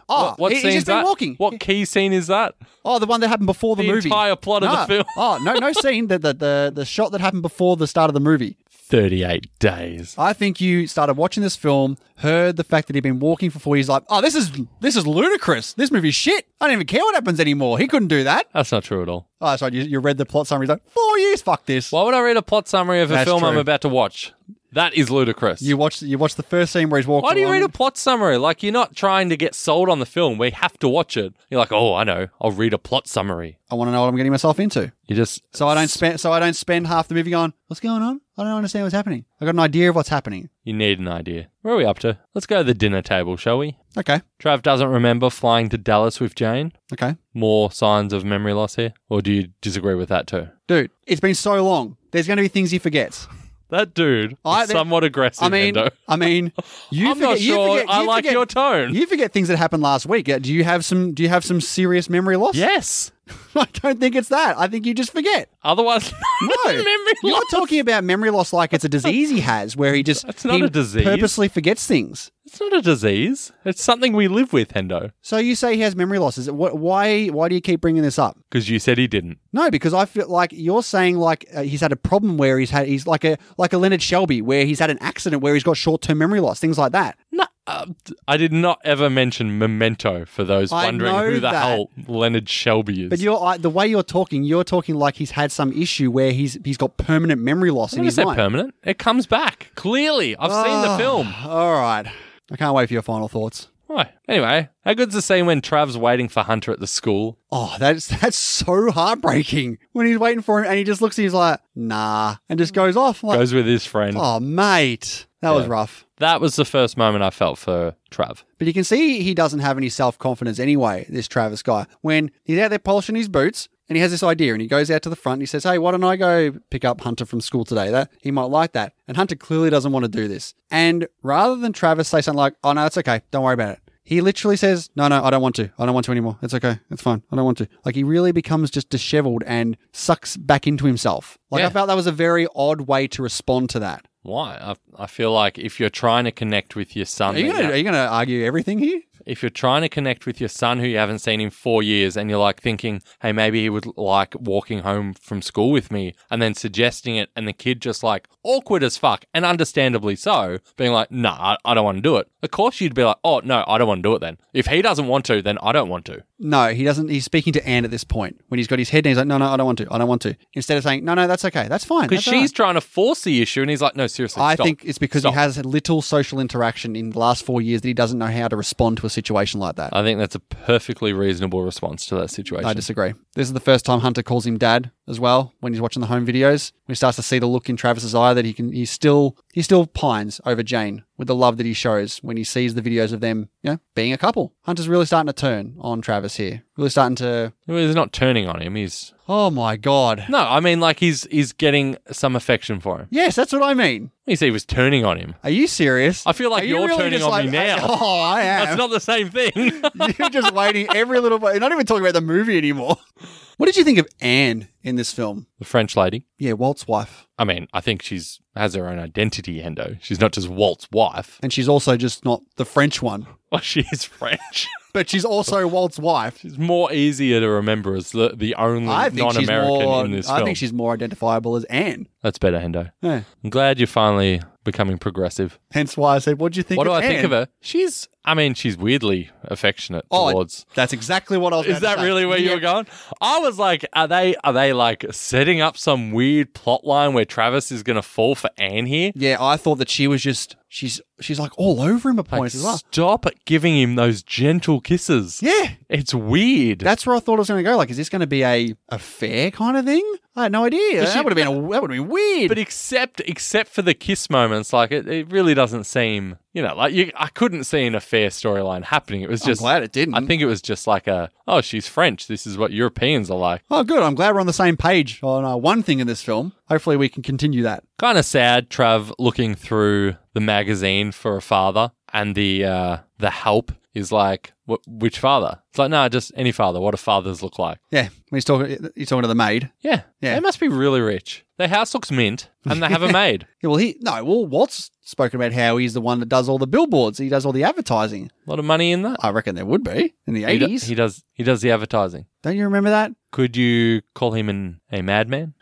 A: "Oh,
B: what
A: he-
B: scene's
A: he's just
B: that?
A: been walking."
B: What key scene is that?
A: Oh, the one that happened before the,
B: The
A: movie.
B: entire plot of the
A: No.
B: film.
A: [laughs] oh, no, no scene. The, the, the, the shot that happened before the start of the movie.
B: Thirty-eight days.
A: I think you started watching this film, heard the fact that he'd been walking for four years, like, oh, this is this is ludicrous. This movie's shit. I don't even care what happens anymore. He couldn't do that.
B: That's not true at all.
A: Oh, sorry, you, you read the plot summary. he's like, four years, fuck this.
B: Why would I read a plot summary of a
A: That's
B: film I'm
A: true.
B: about to watch? That is ludicrous.
A: You watch you watch the first scene where he's walking.
B: Why do you
A: along.
B: read a plot summary? Like you're not trying to get sold on the film. We have to watch it. You're like, oh, I know. I'll read a plot summary.
A: I want to know what I'm getting myself into.
B: You just
A: So I don't spend so I don't spend half the movie going, what's going on? I don't understand what's happening. I got an idea of what's happening.
B: you need an idea. Where are we up to? Let's go to the dinner table, shall we?
A: Okay,
B: Trav doesn't remember flying to Dallas with Jane.
A: okay,
B: More signs of memory loss here, or do you disagree with that too?
A: dude, it's been so long. There's going to be things he forgets.
B: That dude is
A: I think-
B: somewhat aggressive.
A: I mean,
B: Hendo.
A: I
B: [laughs]
A: mean, you
B: I'm
A: forget,
B: not
A: you
B: sure.
A: forget-
B: I
A: you
B: like
A: forget-
B: your tone.
A: You forget things that happened last week. Uh, Do you have some? Do you have some serious memory loss?
B: yes.
A: [laughs] I don't think it's that. I think you just
B: [laughs]
A: forget.
B: Otherwise,
A: No,
B: memory
A: you're
B: loss.
A: talking about memory loss like it's a disease
B: [laughs]
A: he has, where he just
B: That's not
A: he
B: a disease.
A: purposely forgets things.
B: It's not a disease. It's something we live with, Hendo.
A: So you say he has memory losses. What? Why? Why do you keep bringing this up?
B: Because you said he didn't.
A: No, because I feel like you're saying like uh, he's had a problem where he's had he's like a like a Leonard Shelby where he's had an accident where he's got short term memory loss, things like that.
B: No, uh, I did not ever mention Memento for those
A: I
B: wondering
A: know
B: who the
A: that.
B: hell Leonard Shelby is.
A: But you're I the way you're talking, you're talking like he's had some issue where he's he's got permanent memory loss in
B: I
A: his
B: said
A: mind.
B: permanent. It comes back. Clearly, I've seen the
A: Ah,
B: film.
A: All right. I can't wait for your final thoughts.
B: Why? Anyway, how good's the scene when Trav's waiting for Hunter at the school?
A: Oh, that's that's so heartbreaking when he's waiting for him and he just looks and he's like, nah, and just goes off. I'm like,
B: Goes with his friend.
A: oh, mate, that was rough.
B: That was the first moment I felt for Trav.
A: But you can see he doesn't have any self confidence anyway, this Travis guy. When he's out there polishing his boots and he has this idea and he goes out to the front and he says, Hey, why don't I go pick up Hunter from school today? That he might like that. And Hunter clearly doesn't want to do this. And rather than Travis say something like, Oh no, it's okay, don't worry about it. He literally says, No, no, I don't want to. I don't want to anymore. It's okay. It's fine. I don't want to. Like he really becomes just disheveled and sucks back into himself. Like
B: Yeah.
A: I felt that was a very odd way to respond to that.
B: Why? I, I feel like if you're trying to connect with your son,
A: Are you
B: that
A: gonna
B: you-
A: are you gonna argue everything here?
B: if you're trying to connect with your son who you haven't seen in four years and you're like thinking, hey, maybe he would like walking home from school with me and then suggesting it and the kid just like awkward as fuck and understandably so, being like, nah, I, I don't want to do it. Of course you'd be like, oh, no, I don't want to do it then. If he doesn't want to, then I don't want to.
A: No, he doesn't. He's speaking to Anne at this point when he's got his head down. He's like, no, no, I don't want to. I don't want to. Instead of saying, no, no, that's okay. That's fine.
B: Because
A: that's all right."
B: she's trying to force the issue and he's like, no, seriously,
A: I
B: stop.
A: think it's because
B: Stop.
A: he has had little social interaction in the last four years that he doesn't know how to respond to a situation like that.
B: I think that's a perfectly reasonable response to that situation.
A: I disagree. This is the first time Hunter calls him dad as well when he's watching the home videos. He starts to see the look in Travis's eye that he can he still he still pines over Jane with the love that he shows when he sees the videos of them, you know, being a couple. Hunter's really starting to turn on Travis here. Really starting to
B: Well, he's not turning on him. He's
A: Oh my god.
B: no, I mean, like he's he's getting some affection for him.
A: Yes, that's what I mean.
B: He said he was turning on him.
A: Are you serious?
B: I feel like
A: Are you
B: you're
A: really
B: turning
A: just
B: on
A: like-
B: me now.
A: [laughs] oh, I
B: That's
A: am.
B: not [laughs] the same thing.
A: [laughs] You're just waiting every little bit. You're not even talking about the movie anymore. [laughs] What did you think of Anne in this film?
B: the French lady.
A: Yeah, Walt's wife.
B: I mean, I think she's has her own identity, Hendo. She's not just Walt's wife. [laughs]
A: And she's also just not the French one. [laughs]
B: Well, she is French.
A: But she's also Walt's wife.
B: It's more easier to remember as the, the only
A: I think she's
B: Mm, non-American
A: more
B: in this
A: I
B: film.
A: think she's more identifiable as Anne.
B: That's better, Hendo.
A: Yeah.
B: I'm glad you're finally becoming progressive.
A: Hence why I said, What do you think
B: what do
A: of
B: I think
A: Anne?"
B: of her? She's, I mean, she's weirdly affectionate
A: Oh, I-
B: towards.
A: That's exactly what I was
B: Is
A: about
B: that
A: to say.
B: really where
A: Yeah.
B: you were going? I was like, are they are they like setting up some weird plot line where Travis is gonna fall for Anne here?
A: Yeah, I thought that she was just she's she's like all over him at
B: Like,
A: points as well.
B: Stop giving him those gentle kisses.
A: Yeah.
B: It's weird.
A: That's where I thought it was going to go. Like, is this going to be a, a fair kind of thing? I had no idea.
B: But she-
A: That would have been a, that would have been weird.
B: but except except for the kiss moments, like it, it really doesn't seem you know, like you I couldn't see an affair storyline happening. It was
A: I'm
B: just
A: glad it didn't.
B: I think it was just like a oh, she's French, this is what Europeans are like.
A: oh, good. I'm glad we're on the same page on uh, one thing in this film. Hopefully, we can continue that.
B: Kinda sad, Trav looking through the magazine for a father and the uh the help is like wh- which father? It's like, nah, just any father, what do fathers look like?
A: Yeah, when he's talking, he's talking to the maid.
B: Yeah.
A: Yeah.
B: They must be really rich. Their house looks mint and they have
A: [laughs]
B: a maid.
A: Yeah, well, he no. Well, Walt's spoken about how he's the one that does all the billboards. He does all the advertising.
B: A lot of money in that.
A: I reckon there would be in the
B: He do-
A: eighties.
B: He, does he does the advertising.
A: Don't you remember that?
B: Could you call him an, a madman?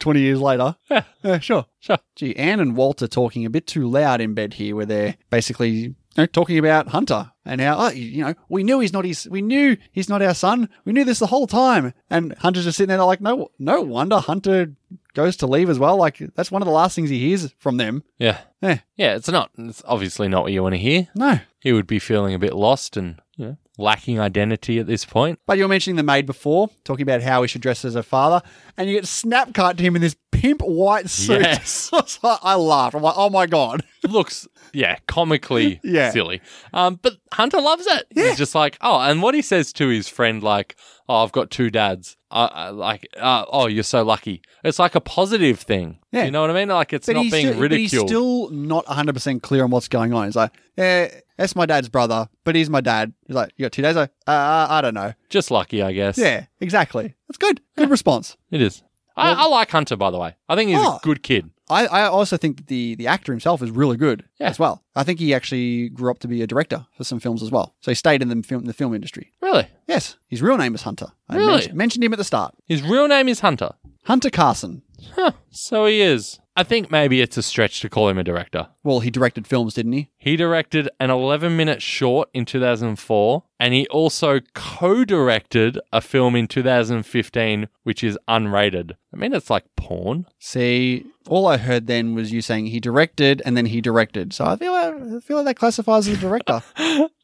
A: Twenty years later.
B: [laughs] Yeah.
A: Yeah, sure,
B: Sure.
A: Gee, Anne and Walter talking a bit too loud in bed here, where they're basically you know, talking about Hunter and how oh, you know we knew he's not his, we knew he's not our son. We knew this the whole time. And Hunter's just sitting there like, no, no wonder Hunter goes to leave as well. Like that's one of the last things he hears from them.
B: Yeah.
A: Yeah.
B: Yeah, it's not it's obviously not what you want to hear.
A: No,
B: He would be feeling a bit lost and, you know, lacking identity at this point.
A: But you were mentioning the maid before, talking about how he should dress as a father, and you get snap cut to him in this pimp white suit.
B: [laughs] Yes.
A: I was like- [laughs] I laughed. I'm like, oh my god.
B: Looks yeah, comically
A: [laughs] Yeah.
B: silly. Um but Hunter loves it. He's just like, "Oh, and what he says to his friend like, "Oh, I've got two dads." Uh, uh, like, uh, "Oh, you're so lucky." It's like a positive thing.
A: Yeah.
B: You know what I mean? Like it's not being
A: still, but he's
B: ridiculed.
A: still not 100 percent clear on what's going on. He's like, yeah, that's my dad's brother, but he's my dad. He's like, you got two days? Like, uh, I don't know.
B: just lucky, I guess.
A: Yeah, exactly. That's good. Good response.
B: It is. I, I like Hunter, by the way. I think he's
A: Oh.
B: a good kid.
A: I, I also think that the the actor himself is really good
B: Yeah.
A: as well. I think he actually grew up to be a director for some films as well. So he stayed in the film the film industry.
B: Really?
A: Yes, his real name is Hunter. I
B: Really?
A: men- mentioned him at the start.
B: His real name is Hunter.
A: Hunter Carson.
B: Huh. So he is. I think maybe it's a stretch to call him a director.
A: Well, he directed films, didn't he?
B: He directed an 11 minute short in 2004, and he also co directed a film in 2015, which is unrated. I mean, it's like porn. [laughs]
A: See, all I heard then was you saying he directed and then he directed. So I feel like, I feel like that classifies as a director.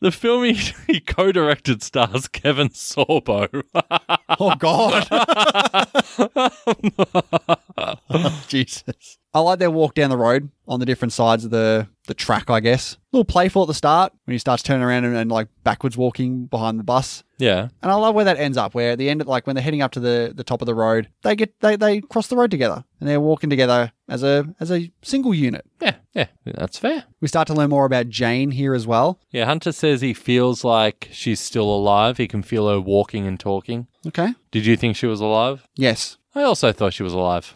B: The film he, [laughs] he co directed stars Kevin Sorbo.
A: [laughs]
B: [laughs]
A: oh God, [laughs] Jesus! I like their walk down the road on the different sides of the the track. I guess a little playful at the start when he starts turning around and, and like backwards walking behind the bus.
B: yeah.
A: And I love where that ends up, where at the end, like when they're heading up to the, the top of the road, they get they, they cross the road together and they're walking together as a as a single unit.
B: Yeah. Yeah. That's fair.
A: We start to learn more about Jane here as well.
B: Yeah, Hunter says he feels like she's still alive. He can feel her walking and talking.
A: Okay.
B: Did you think she was alive?
A: Yes. [laughs]
B: I also thought she was alive.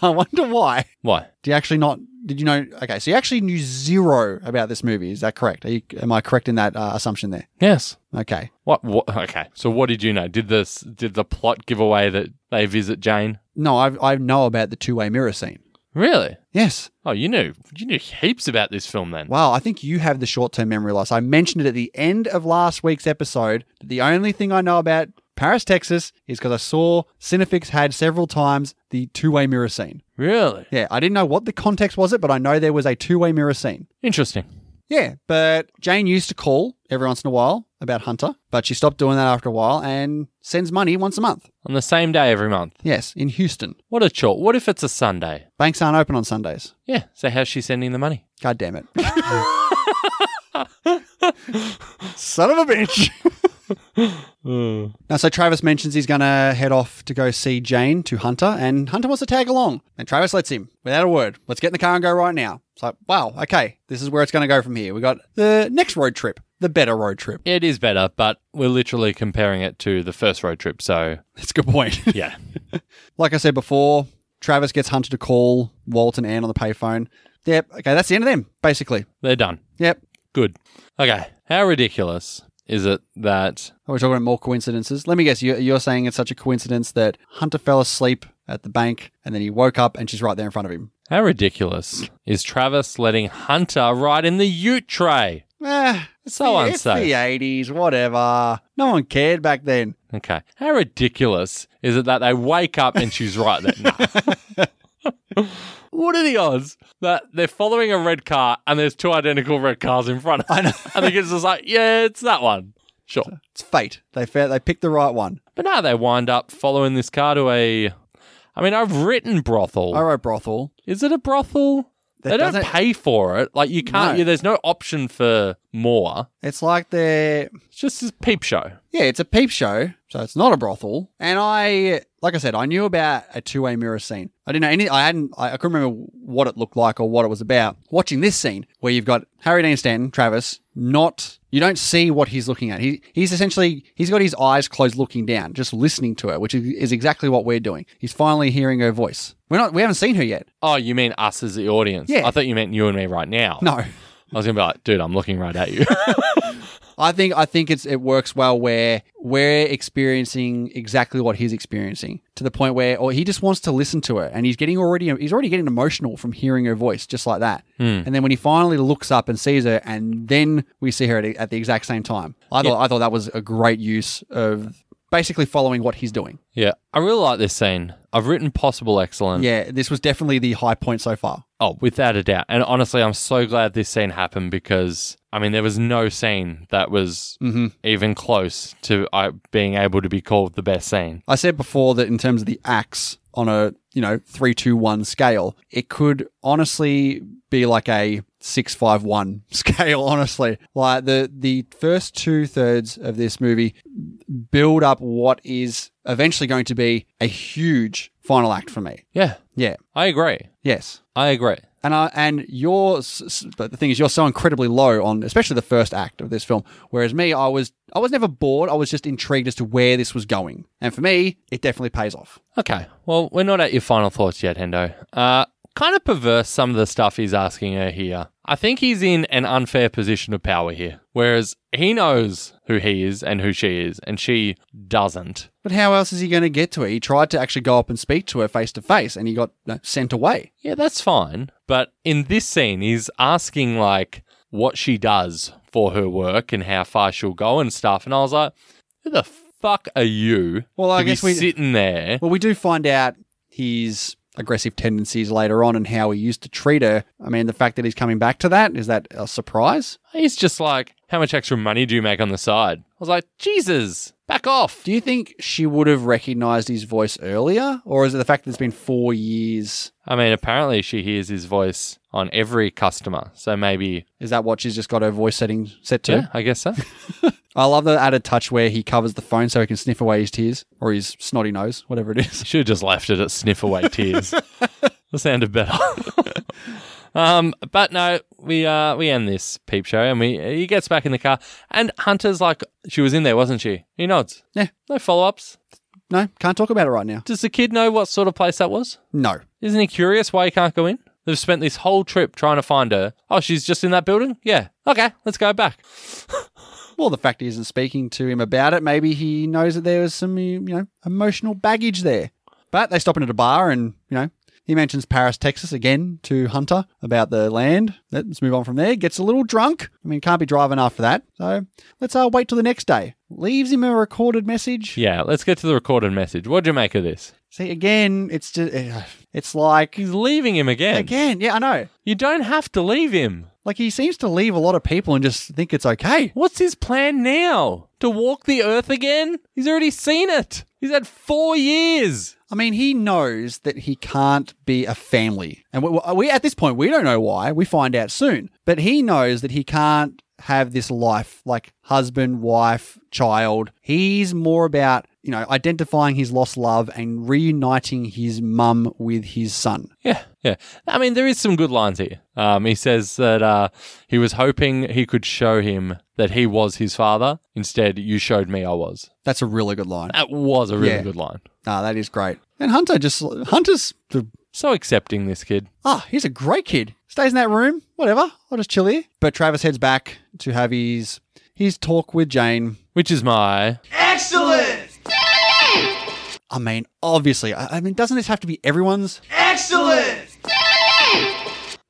A: I wonder why.
B: Why?
A: Do you actually not? Did you know? Okay, so you actually knew zero about this movie. Is that correct? Are you, am I correct in that uh, assumption there?
B: Yes.
A: Okay.
B: What, what? [laughs] Okay. So what did you know? Did this? Did the plot give away that they visit Jane?
A: No, I I know about the two way mirror scene.
B: Really?
A: Yes.
B: Oh, you knew. You knew heaps about this film then.
A: Wow, I think you have the short term memory loss. I mentioned it at the end of last week's episode. That the only thing I know about Paris, Texas is because I saw Cinefix had several times the two way mirror scene.
B: Really?
A: Yeah, I didn't know what the context was it, but I know there was a two way mirror scene.
B: Interesting.
A: Yeah, but Jane used to call every once in a while about Hunter, but she stopped doing that after a while and sends money once a month.
B: On the same day every month.
A: Yes, in Houston.
B: What a chore. What if it's a Sunday?
A: Banks aren't open on Sundays.
B: Yeah. So how's she sending the money?
A: God damn it. Son of a bitch.
B: Hmm.
A: Now, so Travis mentions he's going to head off to go see Jane to Hunter, and Hunter wants to tag along. And Travis lets him without a word. Let's get in the car and go right now. It's like, wow, okay, this is where it's going to go from here. We got the next road trip, the better road trip.
B: It is better, but we're literally comparing it to the first road trip. [laughs] So
A: That's a good point.
B: yeah.
A: like I said before, Travis gets Hunter to call Walt and Anne on the payphone. Yep, okay, that's the end of them, basically.
B: They're done.
A: Yep.
B: Good. Okay. How ridiculous is it that
A: Are we Oh, talking about more coincidences? Let me guess, you- you're saying it's such a coincidence that Hunter fell asleep at the bank and then he woke up and she's right there in front of him.
B: how ridiculous is Travis letting Hunter ride in the Ute tray?
A: Eh, it's
B: So
A: the, it's the
B: unsafe.
A: 80s, whatever. No one cared back then.
B: Okay. How ridiculous is it that they wake up and she's right there?
A: [laughs]
B: No. what are the odds that they're following a red car and there's two identical red cars in front of them? and the kid's just like, yeah, it's that one. Sure.
A: It's fate. They fa- they picked the right one.
B: But now they wind up following this car to a. I mean, I've written brothel.
A: I wrote brothel.
B: Is it a brothel?
A: That
B: they don't
A: doesn't-
B: pay for it. Like you can't.
A: No.
B: Yeah, there's no option for more.
A: It's like they're
B: It's just this peep show.
A: Yeah, it's a peep show, so it's not a brothel. And I, like I said, I knew about a two-way mirror scene. I didn't know any. I hadn't. I, I couldn't remember what it looked like or what it was about. Watching this scene where you've got Harry Dean Stanton, Travis, not. You don't see what he's looking at. He he's essentially he's got his eyes closed, looking down, just listening to her, which is, is exactly what we're doing. He's finally hearing her voice. We're not. We haven't seen her yet.
B: Oh, you mean us as the audience?
A: Yeah.
B: I thought you meant you and me right now.
A: No.
B: I was gonna be like, dude, I'm looking right at you. [laughs]
A: I think I think it's it works well where we're experiencing exactly what he's experiencing to the point where or he just wants to listen to her and he's getting already he's already getting emotional from hearing her voice just like that. And then when he finally looks up and sees her and then we see her at, at the exact same time. I thought I thought that was a great use of basically following what he's doing.
B: yeah, I really like this scene. I've written possible excellent.
A: Yeah, this was definitely the high point so far.
B: Oh, without a doubt. And honestly, I'm so glad this scene happened because I mean, there was no scene that was
A: Mm-hmm.
B: even close to uh, being able to be called the best scene.
A: I said before that in terms of the acts on a you know three two one scale, it could honestly be like a six five one [laughs] scale. Honestly, like the the first two thirds of this movie build up what is eventually going to be a huge final act for me.
B: Yeah,
A: Yeah.
B: I agree.
A: Yes.
B: I agree.
A: And I and you're, s- s- but the thing is, you're so incredibly low on, especially the first act of this film. Whereas me, I was, I was never bored. I was just intrigued as to where this was going. And for me, it definitely pays off.
B: Okay. Well, we're not at your final thoughts yet, Hendo. Uh, kind of perverse some of the stuff he's asking her here. I think he's in an unfair position of power here, whereas he knows who he is and who she is, and she doesn't.
A: But how else is he going to get to her? He tried to actually go up and speak to her face to face, and he got uh, sent away.
B: Yeah, that's fine. But in this scene, he's asking, like, what she does for her work and how far she'll go and stuff. And I was like, who the fuck are you?
A: Well, I
B: to be
A: guess we-
B: sitting there.
A: Well, we do find out his aggressive tendencies later on and how he used to treat her. I mean, the fact that he's coming back to that is that a surprise?
B: He's just like, how much extra money do you make on the side? I was like, Jesus, back off.
A: Do you think she would have recognized his voice earlier, or is it the fact that it's been four years?
B: I mean, apparently she hears his voice on every customer. So maybe,
A: Is that what she's just got her voice setting set to?
B: yeah, I guess so.
A: I love the added touch where he covers the phone so he can sniff away his tears or his snotty nose, whatever it is. [laughs]
B: Should have just left it at sniff away tears. that sounded better. [laughs] um, but no, we uh we end this peep show and we he gets back in the car and Hunter's like she was in there, wasn't she? He nods.
A: Yeah.
B: No follow ups.
A: No, can't talk about it right now.
B: Does the kid know what sort of place that was?
A: No.
B: Isn't he curious why he can't go in? They've spent this whole trip trying to find her. Oh, she's just in that building? Yeah. Okay, let's go back.
A: Well, the fact he isn't speaking to him about it, maybe he knows that there was some, you know, emotional baggage there. But they stop in at a bar and, you know, he mentions Paris, Texas again to Hunter about the land. Let's move on from there. Gets a little drunk. I mean, can't be driving after that. So let's uh, wait till the next day. Leaves him a recorded message.
B: Yeah, let's get to the recorded message. What'd you make of this?
A: See, again, it's just, it's like,
B: He's leaving him again.
A: again, yeah, I know.
B: You don't have to leave him.
A: Like, he seems to leave a lot of people and just think it's okay.
B: What's his plan now? To walk the earth again? He's already seen it. He's had four years.
A: I mean, he knows that he can't be a family, and we, we at this point we don't know why. We find out soon, but he knows that he can't have this life like husband, wife, child. He's more about you know identifying his lost love and reuniting his mum with his son.
B: Yeah, yeah. I mean, there is some good lines here. Um, he says that uh, he was hoping he could show him that he was his father. Instead, you showed me I was.
A: That's a really good line.
B: That was a really
A: Yeah.
B: good line.
A: Ah, that is great. And Hunter just Hunter's the
B: So accepting this kid.
A: Ah, he's a great kid. Stays in that room, whatever. I'll just chill here. But Travis heads back to have his his talk with Jane.
B: Which is my.
C: Excellent!
A: I mean, obviously, I, I mean, doesn't this have to be everyone's?
C: Excellent!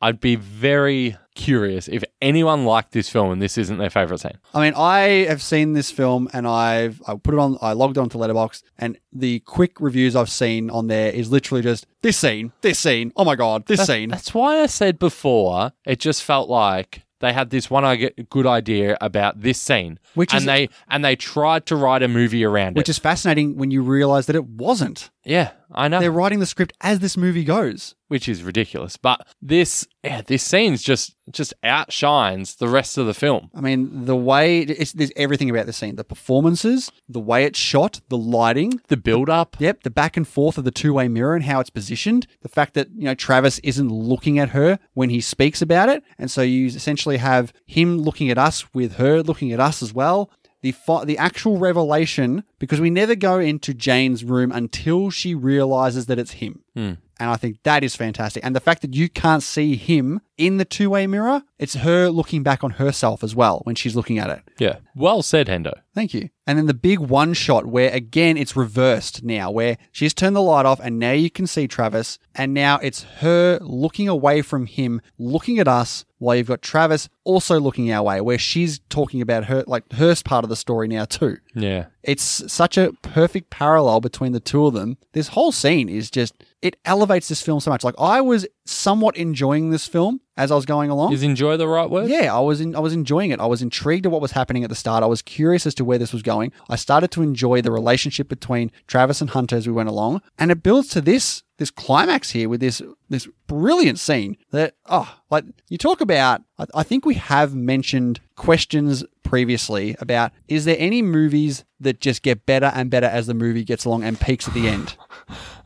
B: I'd be very curious if anyone liked this film and this isn't their favorite scene.
A: I mean, I have seen this film and I've I put it on. I logged on to Letterbox, and the quick reviews I've seen on there is literally just this scene, this scene. Oh my god, this scene.
B: That's why I said before, it just felt like they had this one I- good idea about this scene,
A: Which
B: and
A: is-
B: they and they tried to write a movie around
A: Which
B: it.
A: is fascinating when you realize that it wasn't.
B: yeah, I know,
A: They're writing the script as this movie goes.
B: which is ridiculous. But this yeah, this scene's just just outshines the rest of the film.
A: I mean, the way it's, there's everything about this scene: the performances, the way it's shot, the lighting,
B: The build
A: [laughs]
B: up,
A: Yep, the back and forth of the two-way mirror and how it's positioned. The fact that you know Travis isn't looking at her when he speaks about it, and so you essentially have him looking at us with her looking at us as well. The fi- the actual revelation because we never go into Jane's room until she realizes that it's him. And I think that is fantastic. And the fact that you can't see him in the two way mirror, it's her looking back on herself as well when she's looking at it.
B: yeah, well said, Hendo.
A: Thank you. And then the big one shot where again it's reversed now, where she's turned the light off and now you can see Travis, and now it's her looking away from him, looking at us, while you've got Travis also looking our way, where she's talking about her like her part of the story now too.
B: Yeah,
A: It's such a perfect parallel between the two of them. This whole scene is just it elevates this film so much. Like I was somewhat enjoying this film as I was going along.
B: is enjoy the right word?
A: Yeah, I was in, I was enjoying it. I was intrigued at what was happening at the start. I was curious as to where this was going. I started to enjoy the relationship between Travis and Hunter as we went along, and it builds to this this climax here with this this brilliant scene that oh like you talk about. I, I think we have mentioned questions previously about is there any movies that just get better and better as the movie gets along and peaks at the end.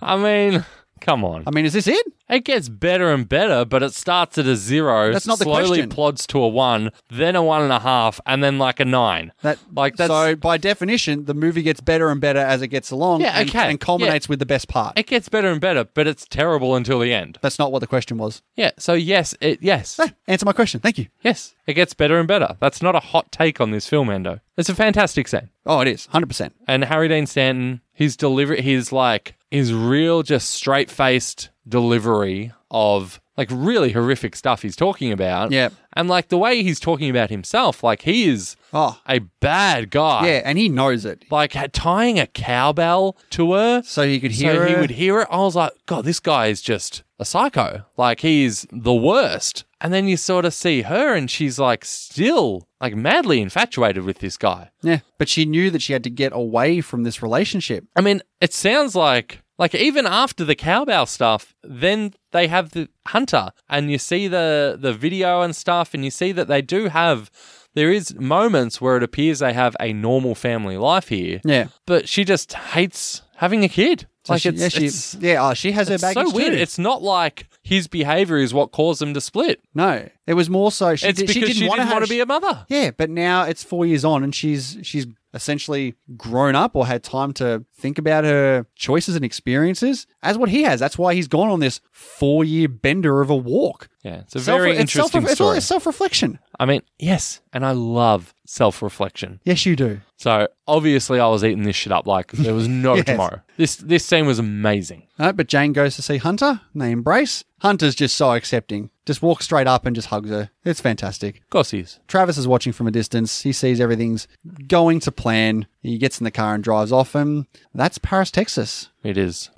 B: I mean. [laughs] Come on.
A: I mean, is this it?
B: It gets better and better, but it starts at a zero.
A: That's not the
B: slowly
A: question.
B: plods to a one, then a one and a half, and then like a nine.
A: That
B: Like, that's-
A: so by definition, the movie gets better and better as it gets along,
B: Yeah,
A: and,
B: okay.
A: and culminates with the best part.
B: It gets better and better, but it's terrible until the end.
A: That's not what the question was.
B: Yeah. So yes, it yes.
A: Ah, answer my question. Thank you.
B: yes. It gets better and better. That's not a hot take on this film, Endo. It's a fantastic scene.
A: Oh, it is 100%.
B: And Harry Dean Stanton, his delivery his like his real just straight faced delivery of like really horrific stuff he's talking about.
A: Yeah.
B: And like the way he's talking about himself, like he is
A: Oh,
B: a bad guy.
A: yeah, and he knows it.
B: like had- tying a cowbell to her
A: So he could hear
B: so he
A: her.
B: would hear it. I was like, God, this guy is just a psycho. Like he's the worst. And then you sort of see her, and she's like still like madly infatuated with this guy.
A: Yeah, but she knew that she had to get away from this relationship.
B: I mean, it sounds like like even after the cowbell stuff, then they have the hunter, and you see the the video and stuff, and you see that they do have. There is moments where it appears they have a normal family life here.
A: Yeah.
B: but she just hates having a kid.
A: So
B: like
A: she-
B: it's,
A: yeah, she,
B: it's,
A: yeah, oh, she has her
B: it's
A: baggage
B: so weird.
A: too.
B: It's not like his behavior is what caused them to split.
A: no, it was more so she,
B: It's
A: did,
B: because
A: she didn't want to
B: be a mother.
A: Yeah, but now it's four years on, and she's she's essentially grown up or had time to think about her choices and experiences as what he has. That's why he's gone on this four year bender of a walk.
B: Yeah, it's a
A: Self-
B: very
A: it's
B: interesting
A: self,
B: story.
A: It's self reflection.
B: I mean, yes, and I love self reflection.
A: Yes, you do.
B: So obviously, I was eating this shit up like there was no
A: [laughs] Yes.
B: tomorrow. This this scene was amazing.
A: No, but Jane goes to see Hunter. And they embrace. Hunter's just so accepting. Just walks straight up and just hugs her. It's fantastic.
B: Of course, he is.
A: Travis is watching from a distance. He sees everything's going to plan. He gets in the car and drives off. And that's Paris, Texas.
B: It is.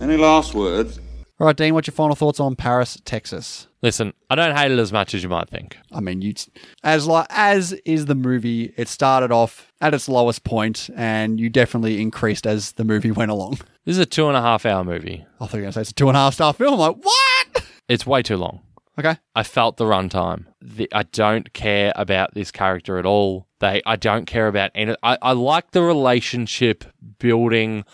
D: Any last words?
A: All right, Dean, what's your final thoughts on Paris, Texas?
B: Listen, I don't hate it as much as you might think.
A: I mean, you as like as is the movie. It started off at its lowest point, and you definitely increased as the movie [laughs] went along.
B: This is a two and a half hour movie.
A: I thought you were gonna say it's a two and a half star film. I'm like what?
B: It's way too long.
A: Okay,
B: I felt the runtime. The, I don't care about this character at all. They, I don't care about any. I, I like the relationship building.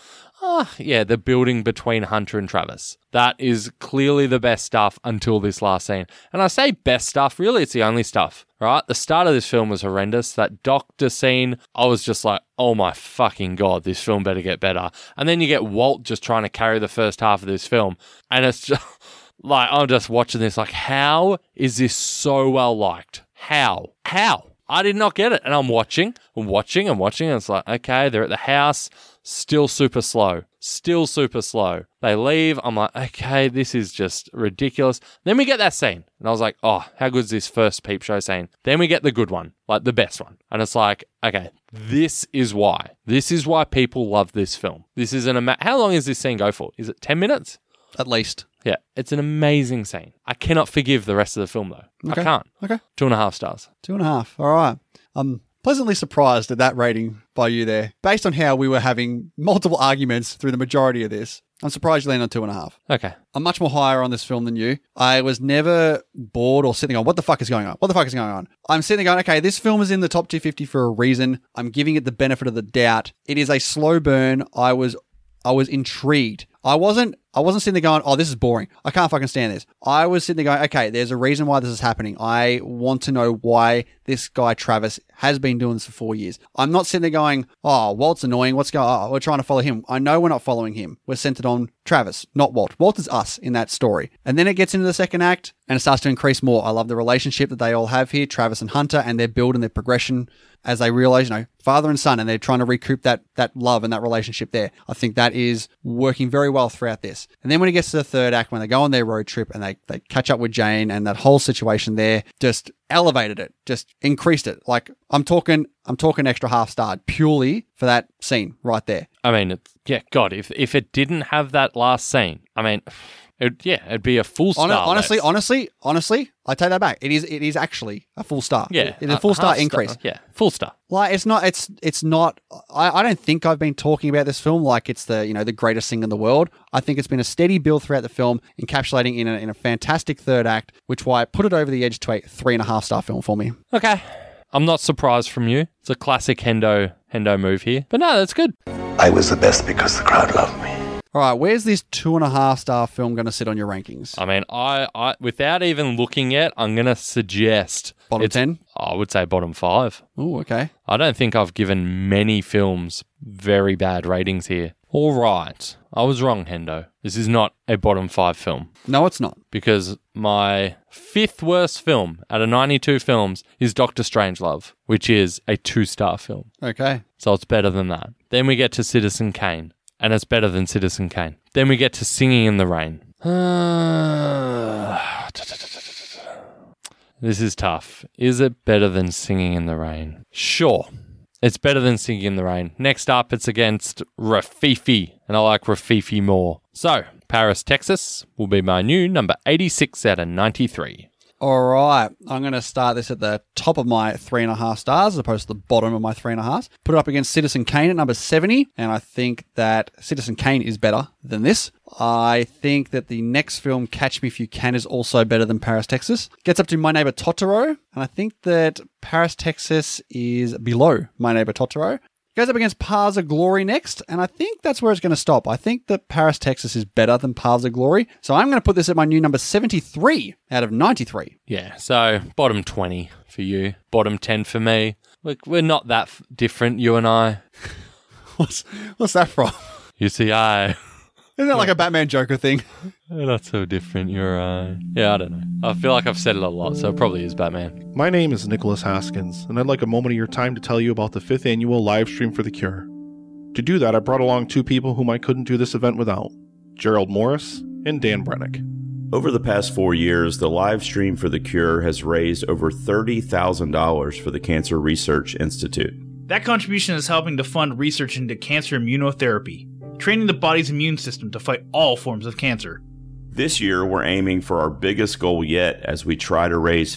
B: Ah, yeah, the building between Hunter and Travis. That is clearly the best stuff until this last scene. And I say best stuff, really, it's the only stuff, right? The start of this film was horrendous. That doctor scene, I was just like, oh my fucking God, this film better get better. And then you get Walt just trying to carry the first half of this film. And it's [laughs] just. Like, I'm just watching this, like, how is this so well liked? How? How? I did not get it. And I'm watching, I'm watching, I'm watching, and it's like, okay, they're at the house, still super slow, still super slow. They leave. I'm like, okay, this is just ridiculous. Then we get that scene, and I was like, oh, how good's this first peep show scene? Then we get the good one, like the best one. And it's like, okay, this is why. This is why people love this film. This is an ama- How long is this scene go for? Is it 10 minutes?
A: at least
B: Yeah, it's an amazing scene. I cannot forgive the rest of the film though.
A: Okay.
B: I can't.
A: Okay.
B: Two and a half stars.
A: two and a half. All right. I'm pleasantly surprised at that rating by you there, based on how we were having multiple arguments through the majority of this. I'm surprised you land on two and a half.
B: Okay.
A: I'm much more higher on this film than you. I was never bored or sitting on what the fuck is going on? What the fuck is going on? I'm sitting there going, okay, this film is in the top 250 for a reason. I'm giving it the benefit of the doubt. It is a slow burn. I was I was intrigued. I wasn't I wasn't sitting there going, oh, this is boring. I can't fucking stand this. I was sitting there going, okay, there's a reason why this is happening. I want to know why this guy Travis has been doing this for four years. I'm not sitting there going, oh, Walt's annoying. What's going on? Oh, we're trying to follow him. I know we're not following him. We're centered on Travis, not Walt. Walt is us in that story. And then it gets into the second act and it starts to increase more. I love the relationship that they all have here, Travis and Hunter, and their build and their progression as they realize, you know, father and son, and they're trying to recoup that that love and that relationship there. I think that is working very well throughout this. And then when it gets to the third act, when they go on their road trip and they, they catch up with Jane and that whole situation there just elevated it, just increased it. Like I'm talking I'm talking extra half starred purely for that scene right there.
B: I mean, it's, yeah, God, if if it didn't have that last scene, I mean, it, yeah, it'd be a full star.
A: Hon- honestly,
B: less.
A: honestly, honestly, I take that back. It is it is actually a full star.
B: yeah,
A: It is a full star
B: half
A: increase.
B: Yeah, full star.
A: Like it's not it's it's not I, I don't think I've been talking about this film like it's the you know the greatest thing in the world. I think it's been a steady build throughout the film, encapsulating in a, in a fantastic third act, which why I put it over the edge to a three and a half star film for me.
B: Okay. I'm not surprised from you. It's a classic Hendo Hendo move here, but no, that's good.
E: I was the best because the crowd loved me.
A: All right, where's this two and a half star film going to sit on your rankings?
B: I mean, I, I without even looking at, I'm gonna suggest
A: Bottom
B: it's-
A: ten.
B: I would say bottom five.
A: Oh, okay.
B: I don't think I've given many films very bad ratings here. All right. I was wrong, Hendo. This is not a bottom five film
A: No, it's not.
B: because my fifth worst film out of 92 films is Doctor Strangelove, which is a two star film.
A: Okay.
B: So it's better than that. Then we get to Citizen Kane, and it's better than Citizen Kane. Then we get to Singing in the Rain. [sighs] this is tough. Is it better than Singing in the Rain? Sure. It's better than Singing in the Rain. Next up, it's against Rafifi, and I like Rafifi more. So, Paris, Texas will be my new number 86 out of 93.
A: All right, I'm going to start this at the top of my three and a half stars as opposed to the bottom of my three and a half. Put it up against Citizen Kane at number 70, and I think that Citizen Kane is better than this. I think that the next film, Catch Me If You Can, is also better than Paris, Texas. Gets up to My Neighbor Totoro, and I think that Paris, Texas is below My Neighbor Totoro. Goes up against Paths of Glory next, and I think that's where it's going to stop. I think that Paris, Texas is better than Paths of Glory, so I'm going to put this at my new number 73 out of 93.
B: Yeah, so bottom 20 for you, bottom 10 for me. Look, we're not that f- different, you and I.
A: [laughs] What's, what's that from?
B: UCI.
A: Isn't that like a Batman Joker thing?
B: We're not so different, you and I. Yeah, I don't know. I feel like I've said it a lot, so it probably is Batman.
F: My name is Nicholas Haskins, and I'd like a moment of your time to tell you about the fifth annual live stream for The Cure. To do that, I brought along two people whom I couldn't do this event without Gerald Morris and Dan Brennick.
G: Over the past four years, the live stream for The Cure has raised over $30,000 for the Cancer Research Institute.
H: That contribution is helping to fund research into cancer immunotherapy, training the body's immune system to fight all forms of cancer.
G: This year, we're aiming for our biggest goal yet as we try to raise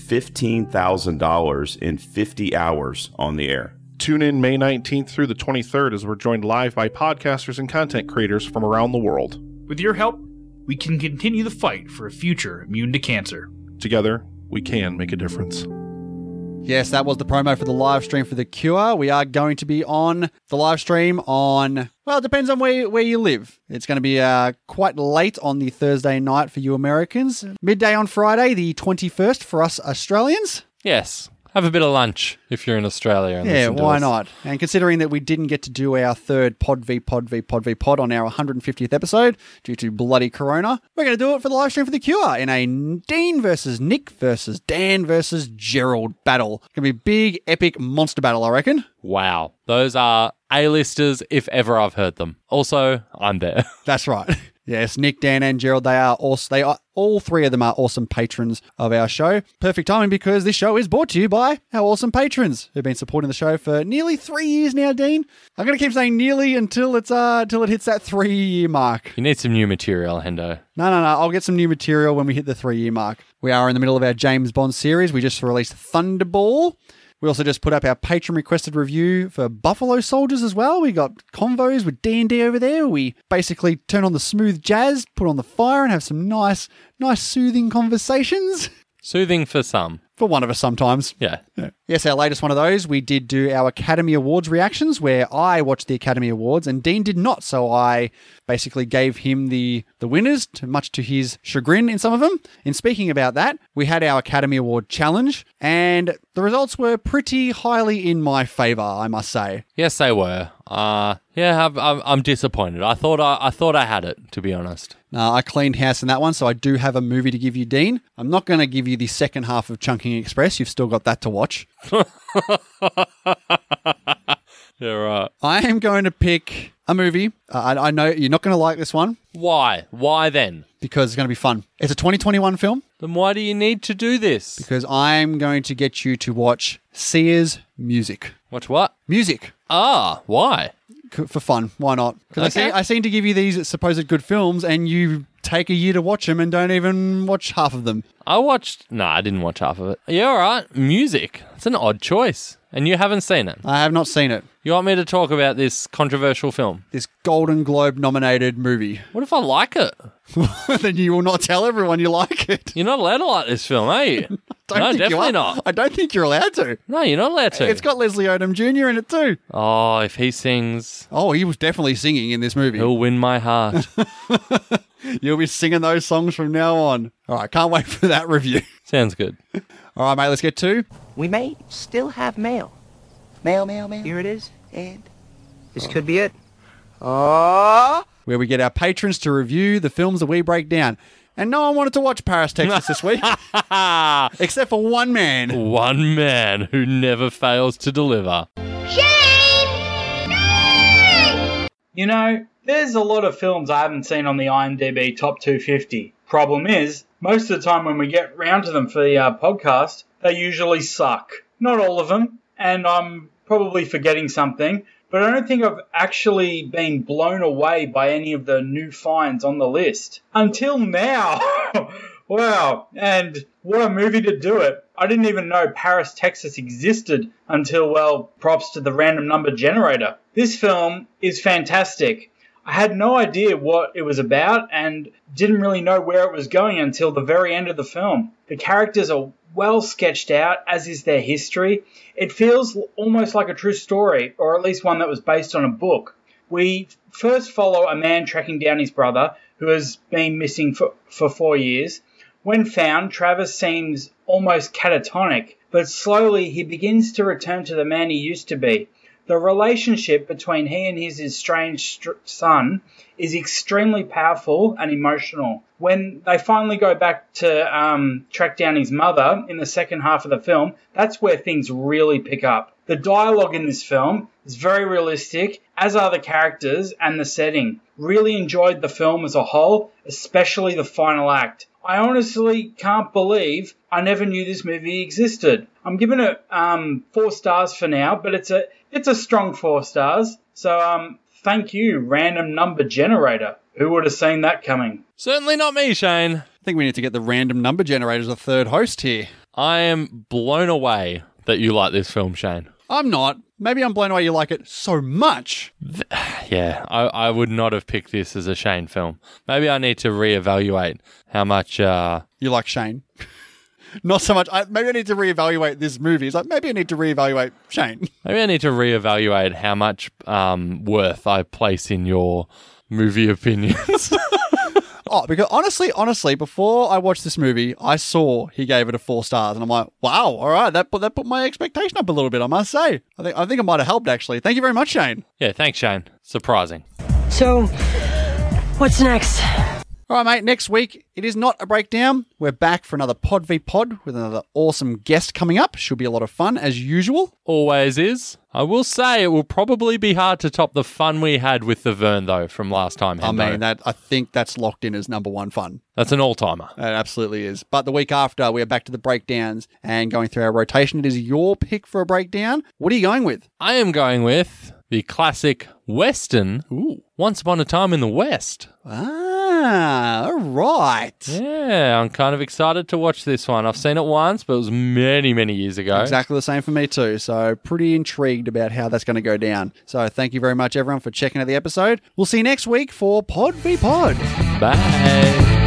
G: $15,000 in 50 hours on the air.
F: Tune in May 19th through the 23rd as we're joined live by podcasters and content creators from around the world.
H: With your help, we can continue the fight for a future immune to cancer.
F: Together, we can make a difference.
A: Yes, that was the promo for the live stream for The Cure. We are going to be on the live stream on, well, it depends on where, where you live. It's going to be uh, quite late on the Thursday night for you Americans, midday on Friday, the 21st for us Australians.
B: Yes, have a bit of lunch if you're in Australia. And
A: Yeah,
B: listen to
A: why
B: us.
A: not? And considering that we didn't get to do our third Pod V Pod V Pod V Pod on our 150th episode due to bloody Corona, we're going to do it for the live stream for the Cure in a Dean versus Nick versus Dan versus Gerald battle. Going to be big, epic monster battle, I reckon.
B: Wow. Those are A-listers if ever I've heard them. Also, I'm there.
A: That's right. Yes, Nick, Dan, and Gerald, they are also, they are all three of them are awesome patrons of our show. Perfect timing because this show is brought to you by our awesome patrons who've been supporting the show for nearly three years now, Dean. I'm gonna keep saying nearly until it's uh until it hits that three year mark.
B: [laughs] You need some new material, Hendo.
A: No, no, no. I'll get some new material when we hit the three year mark. We are in the middle of our James Bond series. We just released Thunderball. We also just put up our patron requested review for Buffalo Soldiers as well. We got convos with D and D over there. We basically turn on the smooth jazz, put on the fire, and have some nice, nice soothing conversations. [laughs]
B: Soothing for some.
A: For one of us, sometimes.
B: Yeah.
A: Yes, our latest one of those, we did do our Academy Awards reactions where I watched the Academy Awards and Dean did not. So I basically gave him the, the winners, to, much to his chagrin in some of them. In speaking about that, we had our Academy Award challenge and the results were pretty highly in my favor, I must say.
B: Yes, they were. Uh, yeah, I'm, I'm, I'm disappointed. I thought I, I thought I had it, to be honest.
A: Now, I cleaned house in that one, so I do have a movie to give you, Dean. I'm not going to give you the second half of Chunking Express. You've still got that to watch.
B: Yeah, right.
A: I am going to pick a movie. Uh, I, I know you're not going to like this one.
B: Why? Why then?
A: because it's going to be fun. It's a 2021 film
B: Then why do you need to do this?
A: because I'm going to get you to watch Sears Music.
B: Watch what?
A: Music
B: Ah, why?
A: c- for fun. Why not? Because I,
B: Okay.
A: see, I seem to give you these supposed good films and you take a year to watch them and don't even watch half of them.
B: I watched. No, I didn't watch half of it. Yeah, all right. Music. It's an odd choice, and you haven't seen it.
A: I have not seen it.
B: You want me to talk about this controversial film?
A: This Golden Globe nominated movie. [laughs]
B: What if I like it?
A: then you will not tell everyone you like it.
B: You're not allowed to like this film, are you?
A: [laughs] Don't
B: [laughs] no,
A: think you
B: definitely
A: are.
B: not.
A: I don't think you're allowed to.
B: No, you're not allowed to.
A: It's got Leslie Odom Jr. in it too.
B: oh, if he sings,
A: Oh, he was definitely singing in this movie.
B: he'll win my heart. [laughs]
A: You'll be singing those songs from now on. All right, can't wait for that review.
B: Sounds good.
A: All right, mate, let's get to
I: We may still have mail.
E: Mail, mail, mail.
I: Here it is.
E: And
I: This could be
J: [laughs]
I: it.
A: where we get our patrons to review the films that we break down. And no one wanted to watch Paris, Texas this week, except for one man.
B: One man who never fails to deliver.
J: You know, there's a lot of films I haven't seen on the IMDb Top 250. Problem is, most of the time when we get round to them for the uh, podcast, they usually suck. Not all of them, and I'm probably forgetting something, but I don't think I've actually been blown away by any of the new finds on the list. Until now! [laughs] wow, and what a movie to do it. I didn't even know Paris, Texas existed until, well, props to the random number generator. This film is fantastic. I had no idea what it was about and didn't really know where it was going until the very end of the film. The characters are well sketched out, as is their history. It feels l- almost like a true story, or at least one that was based on a book. We first follow a man tracking down his brother, who has been missing for, for four years. When found, Travis seems almost catatonic, but slowly he begins to return to the man he used to be. The relationship between he and his estranged str- son is extremely powerful and emotional. When they finally go back to um, track down his mother in the second half of the film, that's where things really pick up. The dialogue in this film is very realistic, as are the characters and the setting. Really enjoyed the film as a whole, especially the final act. I honestly can't believe I never knew this movie existed. I'm giving it um, four stars for now, but it's a it's a strong four stars. So um, thank you, random number generator. Who would have seen that coming?
B: Certainly not me, Shane.
A: I think we need to get the random number generator as a third host here.
B: I am blown away that you like this film, Shane.
A: I'm not. Maybe I'm blown away you like it so much.
B: Yeah, I, I would not have picked this as a Shane film. Maybe I need to reevaluate how much. Uh,
A: You like Shane. [laughs] not so much. I, maybe I need to reevaluate this movie. It's like, maybe I need to reevaluate Shane.
B: maybe I need to reevaluate how much um, worth I place in your movie [laughs] opinions.
A: Oh, because honestly, honestly, before I watched this movie, I saw he gave it a four stars, and I'm like, wow, all right, that put that put my expectation up a little bit. I must say, I think I think it might have helped actually. Thank you very much, Shane.
B: yeah, thanks, Shane. Surprising.
I: So, what's next?
A: All right, mate. Next week, it is not a breakdown. We're back for another Pod v Pod with another awesome guest coming up. Should be a lot of fun as usual.
B: Always is. I will say it will probably be hard to top the fun we had with the Vern though from last time.
A: I
B: Hendo.
A: mean, that I think that's locked in as number one fun.
B: that's an all timer.
A: It absolutely is. But the week after, we are back to the breakdowns and going through our rotation. It is your pick for a breakdown. What are you going with?
B: I am going with the classic Western. Ooh. Once upon a time in the West.
A: Ah, all right.
B: Yeah, I'm kind of excited to watch this one. I've seen it once, but it was many, many years ago.
A: Exactly the same for me too. So pretty intrigued about how that's going to go down. So thank you very much everyone for checking out the episode. We'll see you next week for Pod v Pod.
B: Bye.